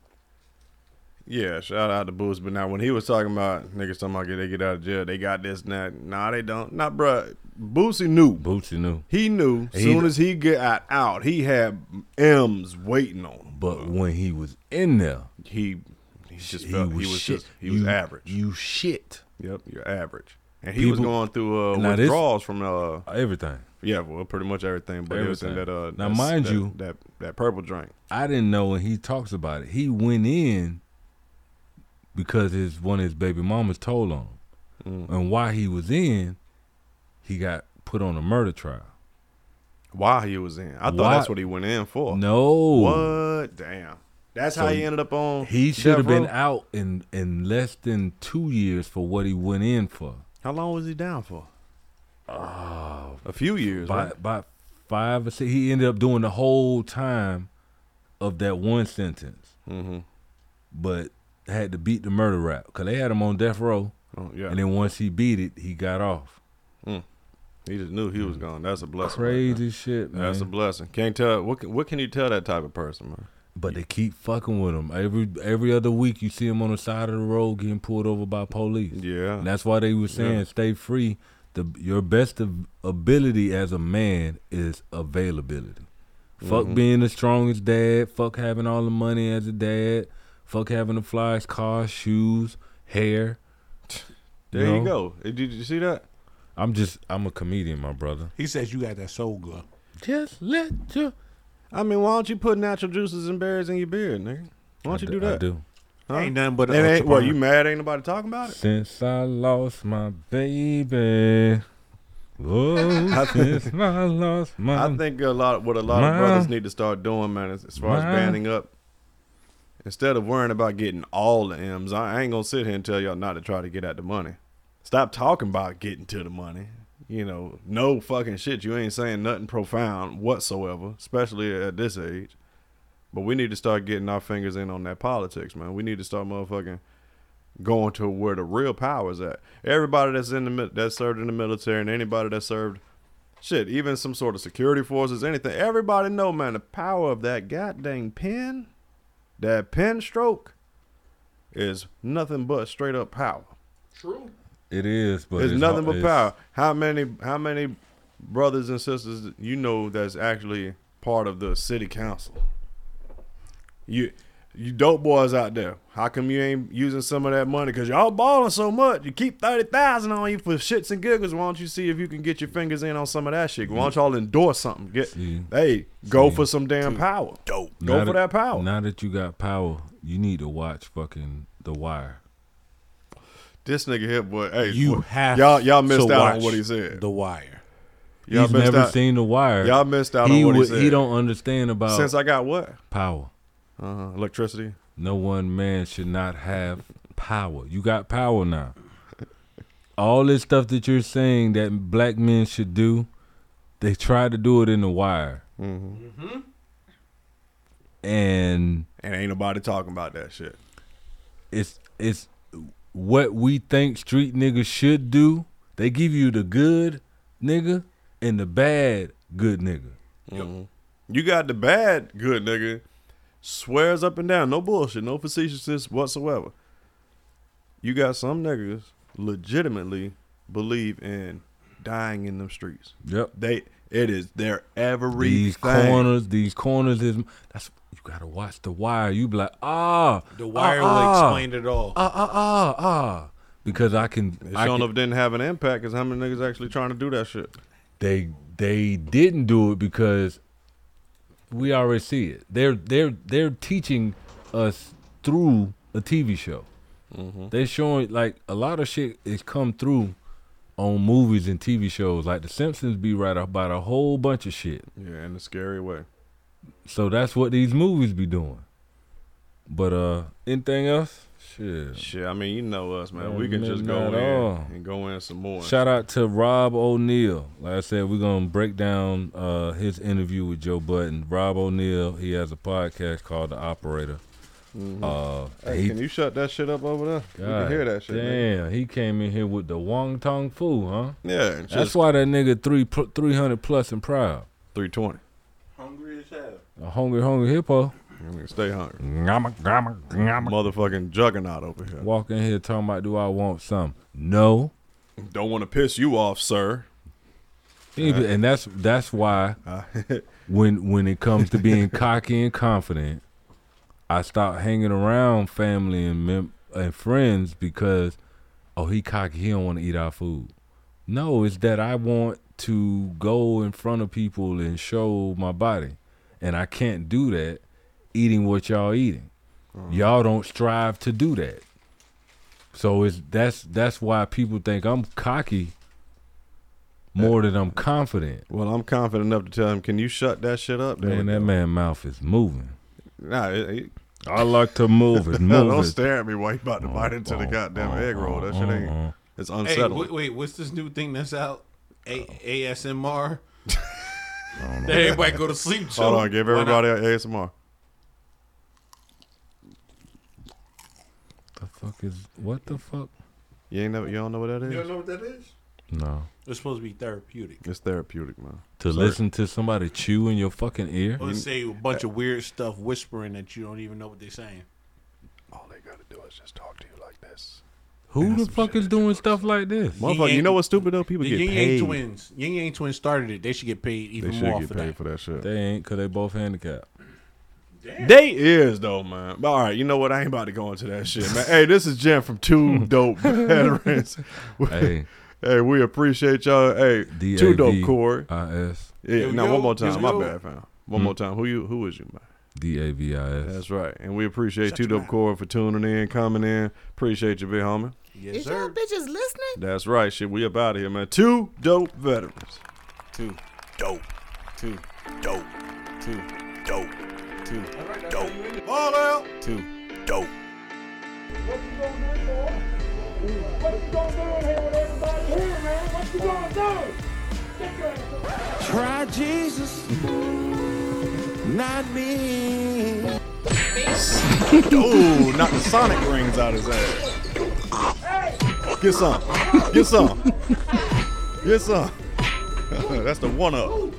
S1: Yeah. Shout out to Bruce. But now when he was talking about niggas talking about get they get out of jail, they got this and that. Nah, they don't. Nah, bruh. Boosie knew.
S5: Bootsy knew.
S1: He knew.
S5: He-
S1: soon as he got out, he had M's waiting on. him.
S5: But when he was in there,
S1: he he just
S5: he
S1: felt
S5: was
S1: he was
S5: shit.
S1: just he was
S5: You-
S1: average.
S5: You shit.
S1: yep, you're average. And he was
S5: People-
S1: going through uh,
S5: Now this-
S1: withdrawals from uh
S5: Everything.
S1: yeah, well, pretty much everything, but everything
S5: Everything.
S1: that uh
S5: Now,
S1: that's-
S5: mind
S1: that-
S5: you-
S1: that that purple drink.
S5: I didn't know when he talks about it. He went in because his one of his baby mamas told on
S1: Mm.
S5: him, and while he was in, he got put on a murder trial.
S1: Why he was in? I thought
S5: Why-
S1: that's what he went in for.
S5: No,
S1: What? Damn. That's how
S5: So
S1: he ended up on.
S5: he should
S1: death
S5: have been
S1: row?
S5: out in in less than two years for what he went in for.
S1: How long was he down for? Oh, a few years.
S5: By
S1: right?
S5: by five or six, he ended up doing the whole time of that one sentence,
S1: Mhm.
S5: but had to beat the murder rap because they had him on death row,
S1: Oh, yeah.
S5: and then once he beat it, he got off.
S1: he just knew he was gone. That's a blessing. right there.
S5: Mm. Crazy shit, man.
S1: That's a blessing. Can't tell. What can, what can you tell that type of person, man?
S5: But they keep fucking with him every every other week. You see him on the side of the road getting pulled over by police.
S1: Yeah.
S5: And that's why they were saying
S1: Uh, Yeah.
S5: stay free. The your best ab- ability as a man is availability.
S1: Mm-hmm.
S5: Fuck being the strongest dad. Fuck having all the money as a dad. Fuck having the flyest car, shoes, hair.
S1: There you go.
S5: know?
S1: Did you see that?
S5: I'm just I'm a comedian, my brother.
S3: He says you got that soul glow.
S5: Just let you.
S1: I mean, why don't you put natural juices and berries in your beard, nigga? Why don't you do that?
S5: I do.
S1: Huh?
S7: Ain't nothing but
S1: It ain't, well, you
S7: entrepreneur.
S1: mad? Ain't nobody talking about it?
S5: Since I lost my baby. Oh, since I lost my.
S1: I think a lot what a lot of
S5: Wow.
S1: brothers need to start doing, man, is as far as
S5: Wow.
S1: banding up. Instead of worrying about getting all the M's, I ain't gonna sit here and tell y'all not to try to get at the money. Stop talking about getting to the money. You know, no fucking shit. You ain't saying nothing profound whatsoever, especially at this age. But we need to start getting our fingers in on that politics, man. We need to start motherfucking going to where the real power is at. Everybody that's in the mi- that served in the military and anybody that served shit, even some sort of security forces, anything. Everybody know, man, the power of that goddamn pen, that pen stroke, is nothing but straight up power.
S7: True.
S5: it is, but
S1: it's, nothing but
S5: it's-
S1: power. How many how many brothers and sisters you know that's actually part of the city council? You you dope boys out there, how come you ain't using some of that money? Cause y'all balling so much. You keep thirty thousand on you for shits and giggles. Why don't you see if you can get your fingers in on some of that shit? Why don't y'all endorse something? Get
S5: See.
S1: hey, go for some damn power.
S3: dope.
S1: Go
S5: now
S1: for that power.
S5: Now that you got power, you need to watch fucking The Wire.
S1: This nigga here, boy. Hey,
S7: You
S1: boy,
S7: have
S1: y'all y'all missed
S7: to
S1: out on
S7: watch
S1: what he said.
S7: The Wire.
S1: Y'all
S5: He's
S1: missed
S5: never
S1: out.
S5: seen The Wire.
S1: Y'all missed out
S5: he
S1: on what
S5: would-
S1: he said.
S5: He don't understand about
S1: Since I got what?
S5: power.
S1: Uh, electricity.
S5: No one man should not have power. You got power now. All this stuff that you're saying that black men should do, they tried to do it in the wire.
S1: Mm-hmm.
S5: And
S1: And ain't nobody talking about that shit.
S5: it's it's what we think street niggas should do. They give you the good nigga and the bad good nigga.
S1: You got the bad good nigga swears up and down, no bullshit, no facetiousness whatsoever. You got some niggas legitimately believe in dying in them streets.
S5: Yep.
S1: They it is their everything.
S5: These corners, these corners is that's you gotta watch the wire. You be like, ah,
S7: The Wire will
S5: ah,
S7: explain it all.
S5: ah ah ah ah because I can.
S1: It
S5: I
S1: shown
S5: can
S1: up didn't have an impact because how many niggas actually trying to do that shit?
S5: they they didn't do it because we already see it. They're they're they're teaching us through a TV show. They're showing like a lot of shit is come through on movies and TV shows. Like The Simpsons be right about a whole bunch of shit.
S1: Yeah, in a scary way.
S5: So that's what these movies be doing. But uh, anything else? Shit.
S1: Shit, I mean, you know us, man.
S5: Man,
S1: we can just
S5: man,
S1: go in
S5: not all.
S1: and go in some more.
S5: Shout out to Rob O'Neill. Like I said, we're gonna break down uh, his interview with Joe Button. Rob O'Neill, he has a podcast called The Operator. Uh,
S1: hey,
S5: he-
S1: can you shut that shit up over there? you can
S5: God
S1: hear that shit. man.
S5: Damn, he came in here with the Wong Tong Fu, huh?
S1: Yeah, it's just
S5: That's why that nigga three pl- three hundred plus and proud.
S1: 320.
S7: Hungry as hell.
S5: A hungry, hungry hippo.
S1: I mean, stay hungry.
S5: Ngama, ngama, ngama.
S1: Motherfucking juggernaut over here.
S5: Walk in here talking about, do I want some? No.
S1: Don't want to piss you off, sir.
S5: Even- and that's that's why when when it comes to being cocky and confident, I stop hanging around family and mem- and friends because oh he cocky he don't want to eat our food. No, it's that I want to go in front of people and show my body, and I can't do that eating what y'all eating. Y'all don't strive to do that. So it's that's that's why people think I'm cocky more than I'm confident.
S1: Well, I'm confident enough to tell him, can you shut that shit up? There
S5: Man,
S1: we
S5: that
S1: go.
S5: man mouth is moving.
S1: Nah, it, it,
S5: I like to move it,
S1: no,
S5: move
S1: don't
S5: it. Oh,
S1: stare at me while you about to bite into the goddamn egg roll. That shit ain't. It's
S7: Hey,
S1: unsettling.
S7: wait, wait, what's this new thing that's out? A- ASMR. That everybody go to sleep. To.
S1: Hold on, give everybody an ASMR.
S5: the fuck is what the fuck?
S1: You ain't never, you don't know what that
S7: You don't
S1: is?
S7: know what that is?
S5: No,
S7: It's supposed to be therapeutic.
S1: It's therapeutic, man.
S5: to listen to somebody chew in your fucking ear.
S7: Or say a bunch of weird stuff whispering that you don't even know what they're saying.
S1: All they gotta do is just talk to you like this.
S5: Who the fuck is doing stuff like this?
S1: Motherfucker, you know what's stupid though? People
S7: The
S1: get
S7: Yin Yang
S1: paid.
S7: twins, Yin Yang twins started it. They should get paid even
S1: They should
S7: more
S1: get
S7: for
S1: paid
S7: that.
S1: for that shit.
S5: They ain't, cause they both handicapped.
S1: They is though, man. But all right, you know what? I ain't about to go into that shit, man. hey, this is Jim from Two Dope Veterans.
S5: Hey,
S1: hey, we appreciate y'all. Hey,
S5: D
S1: Two
S5: A
S1: Dope
S5: V
S1: Corey.
S5: I S
S1: Yeah,
S7: Yo,
S1: no,
S7: yo,
S1: one more
S7: yo,
S1: time. My
S7: yo.
S1: bad, fam. One more time. Who you? Who is you, man?
S5: D A V I S.
S1: That's right. And we appreciate Two Dope Corey for tuning in, coming in. Appreciate you, big homie.
S7: Yes,
S8: Is y'all
S7: sir.
S8: bitches listening?
S1: That's right, shit. We up out of here, man. Two dope veterans.
S3: Two. Dope. Two. Dope. Two. Dope. Two. Dope. Two. Dope.
S9: Try Jesus, not me.
S1: Oh, knock the sonic rings out his ass. Get some. Get some. Get some. That's the one up.